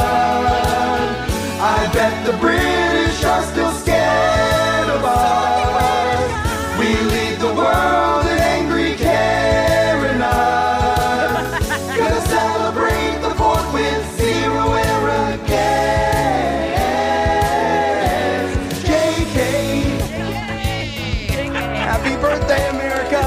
S6: I bet the British are still scared of us. We lead the world in angry Karen Gonna celebrate the fourth with zero arrogance. JK. Happy birthday, America.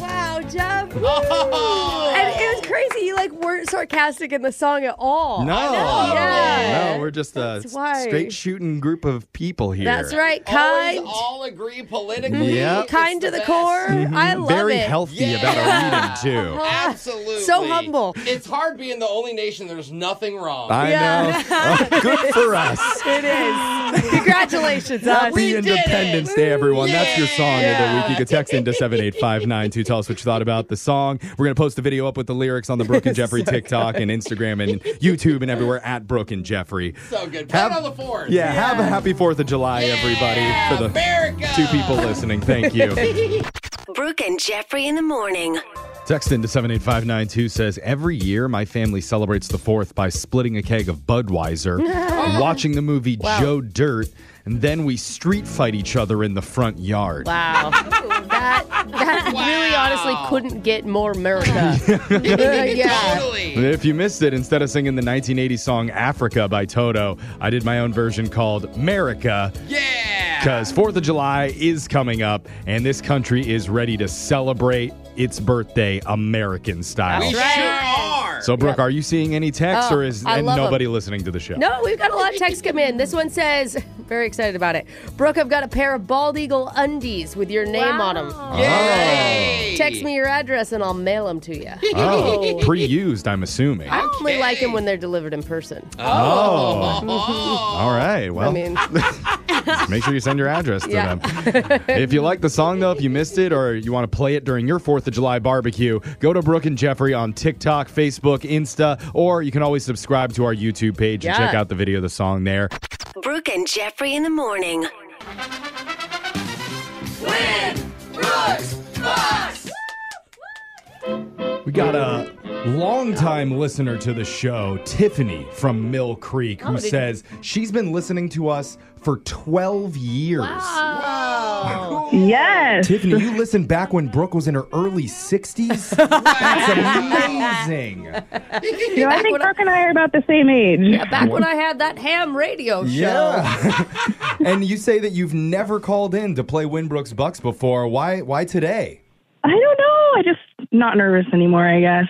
S5: Wow, Jeff. And it was crazy. You like weren't sarcastic in the song at all.
S4: No,
S7: Oh,
S5: Yeah.
S4: no, we're just a
S5: That's why.
S4: straight shooting group of people here.
S5: That's right. Kind.
S7: Always all agree
S5: Mhm.
S7: politically.
S4: Yep.
S5: Kind to the, core.
S4: Mhm.
S5: I love
S4: Very
S5: it.
S4: healthy about our reading too.
S7: Absolutely.
S5: So humble.
S7: It's hard being the only nation there's nothing wrong.
S4: I know. Oh, Good for us.
S5: It is. Congratulations, us.
S4: Happy Independence Day, everyone. That's your song of the
S5: Yeah.
S4: week. You can text into 78592. Tell us what you thought about the song. We're going to post the video up with the lyrics on the Brooke and Jeffrey
S7: So
S4: TikTok and Instagram and YouTube and everywhere at Brooke and Jeffrey.
S7: So good. Play
S4: Have-
S7: it on the fourth.
S4: Yeah, have a happy 4th of July, everybody, for the two people listening. Thank you.
S17: Brooke and Jeffrey in the morning.
S4: Text into 78592 says Every year, my family celebrates the 4th by splitting a keg of Budweiser, watching the movie
S5: Wow.
S4: Joe Dirt, and then we street fight each other in the front yard.
S5: Wow. that that really honestly couldn't get more America. yeah.
S4: If you missed it, instead of singing the 1980 song Africa by Toto, I did my own version called America. Yeah! Because 4th of July is coming up, and this country is ready to celebrate its birthday American style.
S6: That's We right. sure
S4: are. So, Brooke, are you seeing any texts,
S5: Oh,
S4: or is
S5: I
S4: and
S5: love 'em.
S4: nobody listening to the show?
S5: No, we've got a lot of texts come in. This one says, very excited about it. Brooke, I've got a pair of bald eagle undies with your name on them.
S4: Yay.
S5: Text me your address and I'll mail them to you.
S4: Oh, pre used, I'm assuming.
S5: I only like them when they're delivered in person.
S4: Oh.
S5: Mhm.
S4: All right. Well,
S5: I mean,
S4: Make sure you send your address to
S5: Uh, Yeah.
S4: them. if you like the song, though, if you missed it or you want to play it during your 4th of July barbecue, go to Brooke and Jeffrey on TikTok, Facebook, Insta, or you can always subscribe to our YouTube page and
S17: Yeah.
S4: check out the video of the song there.
S17: Brooke and Jeffrey in the morning.
S6: Brooks Box.
S4: We got a longtime listener to the show, Tiffany from Mill Creek,
S6: Oh,
S4: who
S6: did-
S4: says she's been listening to us for 12 years. Yes. Tiffany, you listened back when Brooke was in her early 60s? That's amazing.
S10: You know, I think Brooke and I are about the same age.
S1: Yeah, back when I had that ham
S5: Oh,
S1: radio show.
S4: Yeah. and you say that you've never called in to play Winbrook's Bucks before. Why why today?
S10: I don't know. I just not nervous anymore. I guess.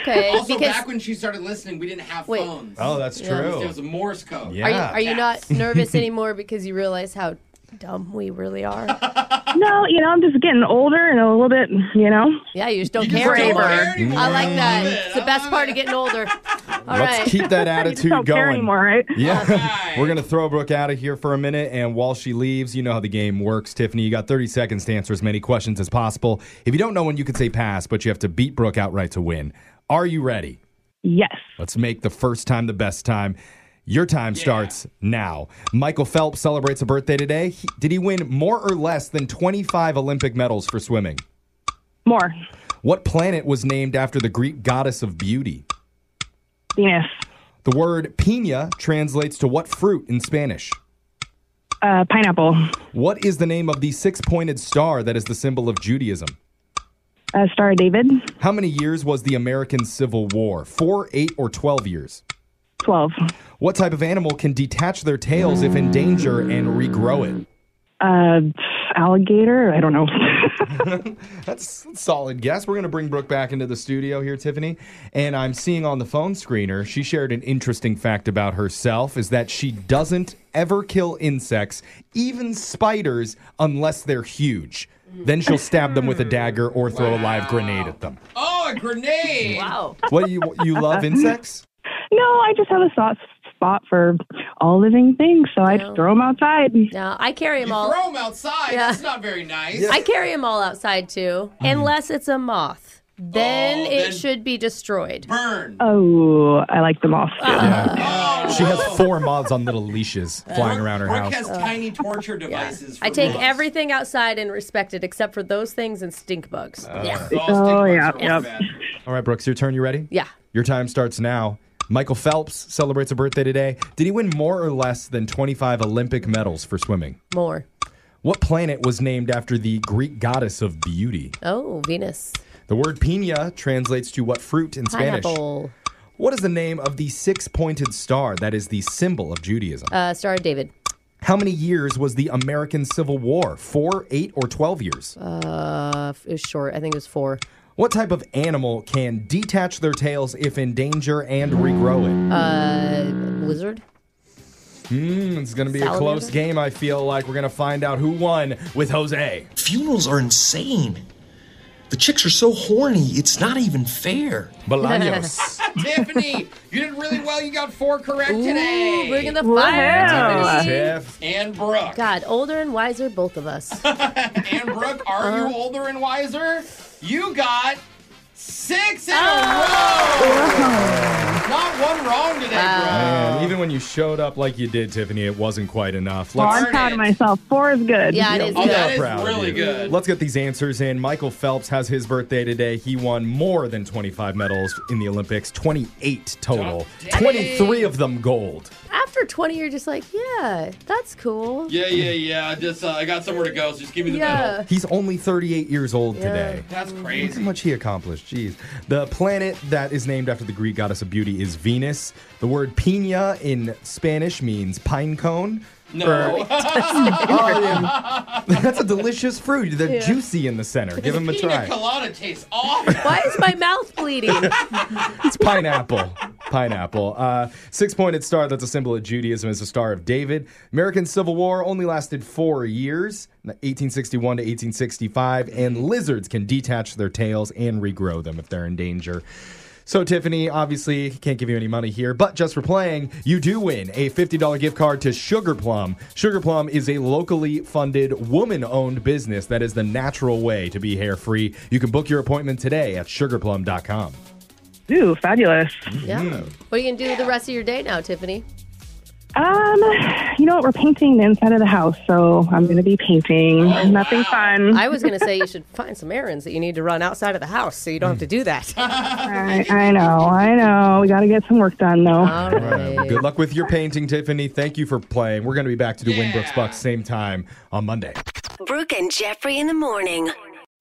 S1: Okay.
S7: Also,
S1: because-
S7: back when she started listening, we didn't have phones.
S4: Oh, that's
S1: Yeah. true.
S7: There was a Morse code.
S1: Are you, are you not nervous anymore because you realize how dumb we really are?
S10: no, you know, I'm just getting older and a little bit. You know.
S1: Yeah, you just don't
S10: just
S1: care
S10: don't
S1: anymore.
S10: care
S1: I like that. It's the best part of getting older. All
S4: Let's
S1: right.
S4: keep that attitude
S10: don't
S4: going.
S10: care anymore, right?
S4: Yeah. We're going to throw Brooke out of here for a minute. And while she leaves, you know how the game works, Tiffany. You got 30 seconds to answer as many questions as possible. If you don't know when you can say pass, but you have to beat Brooke outright to win. Are you ready?
S10: Yes.
S4: Let's make the first time the best time. Your time starts now. Michael Phelps celebrates a birthday today. He- did he win more or less than 25 Olympic medals for swimming?
S10: More.
S4: What planet was named after the Greek goddess of beauty?
S10: Venus.
S4: The word pina translates to what fruit in Spanish?
S10: Uh, pineapple.
S4: What is the name of the six pointed star that is the symbol of Judaism?
S10: Uh, Star of David.
S4: How many years was the American Civil War? Four, eight, or 12 years?
S10: 12.
S4: What type of animal can detach their tails if in danger and regrow it?
S10: Uh, alligator. I don't know.
S4: That's a solid guess. We're going to bring Brooke back into the studio here, Tiffany. And I'm seeing on the phone screener, she shared an interesting fact about herself is that she doesn't ever kill insects, even spiders, unless they're huge. Then she'll stab them with a dagger or throw a live grenade at them.
S7: Oh, a grenade!
S1: Wow.
S4: What you you love insects?
S10: no, I just have a soft spot for all living things, so I just throw them outside.
S1: No, I carry them all.
S7: Throw them outside.
S1: Yeah.
S7: That's not very nice.
S1: I carry them all outside too,
S4: Mm-hmm.
S1: unless it's a moth. Then
S7: Oh,
S1: it
S7: then-
S1: should be destroyed.
S7: Burn.
S10: Oh, I like them all.
S4: She has four moths on little leashes flying around her
S7: Brooke
S4: house.
S7: has tiny torture devices.
S1: I
S7: for
S1: take
S7: dogs.
S1: everything outside and respect it, except for those things and stink bugs. yeah.
S10: Oh, yeah.
S4: Uh, All right, Brooks, your turn. You ready?
S1: Yeah.
S4: Your time starts now. Michael Phelps celebrates a birthday today. Did he win more or less than 25 Olympic medals for swimming?
S1: More.
S4: What planet was named after the Greek goddess of beauty?
S1: Oh, Venus.
S4: The word pina translates to what fruit in Spanish?
S1: Pineapple.
S4: What is the name of the six pointed star that is the symbol of Judaism?
S1: Uh, Star of David.
S4: How many years was the American Civil War? Four, eight, or 12 years?
S1: Uh, it was short. I think it was four.
S4: What type of animal can detach their tails if in danger and regrow it?
S1: Uh, lizard.
S4: Mm, it's going to be a
S1: Salamander?
S4: close game, I feel like. We're going to find out who won with Jose.
S21: Funerals are insane. The chicks are so horny, it's not even fair.
S4: Bolaños.
S7: Tiffany, you did really well. You got four correct
S1: Ooh,
S7: today.
S1: bringing the fire.
S4: Wow.
S1: Tiffany.
S4: Tiff.
S7: And Brooke.
S1: God, older and wiser, both of us.
S7: And Brooke, are you older and wiser? You got six in a row. Not one wrong today,
S4: Man, even when you showed up like you did, Tiffany, it wasn't quite enough.
S10: Well, I'm proud of myself. Four is good.
S1: Yeah, it is good.
S7: that is
S4: proud of
S7: really
S4: you.
S7: good.
S4: Let's get these answers in. Michael Phelps has his birthday today. He won more than 25 medals in the Olympics, 28 total. 23 of them gold.
S1: After 20, you're just like, yeah, that's cool.
S7: Yeah, yeah, yeah. I Just uh, I got somewhere to go, so just give me the medal.
S1: Yeah.
S4: He's only 38 years old today.
S7: That's
S4: Look how
S7: crazy.
S4: much he accomplished. Jeez. The planet that is named after the Greek goddess of beauty is Venus. The word pina in Spanish means pine cone.
S7: No.
S4: Oh, yeah. That's a delicious fruit. They're
S1: Yeah.
S4: juicy in the center. Give them a
S7: Pina
S4: try.
S7: colada tastes awful.
S1: Why is my mouth bleeding?
S4: Oh, It's pineapple. Pineapple. Uh, Six pointed star, that's a symbol of Judaism, is the Star of David. American Civil War only lasted four years, 1861 to 1865, and lizards can detach their tails and regrow them if they're in danger. So, Tiffany, obviously can't give you any money here, but just for playing, you do win a $50 gift card to Sugar Plum. Sugar Plum is a locally funded, woman owned business that is the natural way to be hair free. You can book your appointment today at sugarplum.com.
S10: Ooh, fabulous.
S1: yeah. What are you going to do with the rest of your day now, Tiffany?
S10: Um, you know what? We're painting the inside of the house, so I'm going to be painting.
S7: Oh,
S10: Nothing fun.
S1: I was going to say you should find some errands that you need to run outside of the house so you don't have to do that.
S10: I, I know, I know. We got to get some work done, though.
S4: Uh, good luck with your painting, Tiffany. Thank you for playing. We're going to be back to do Winbrook's Bucks same time on Monday.
S17: Brooke and Jeffrey in the morning.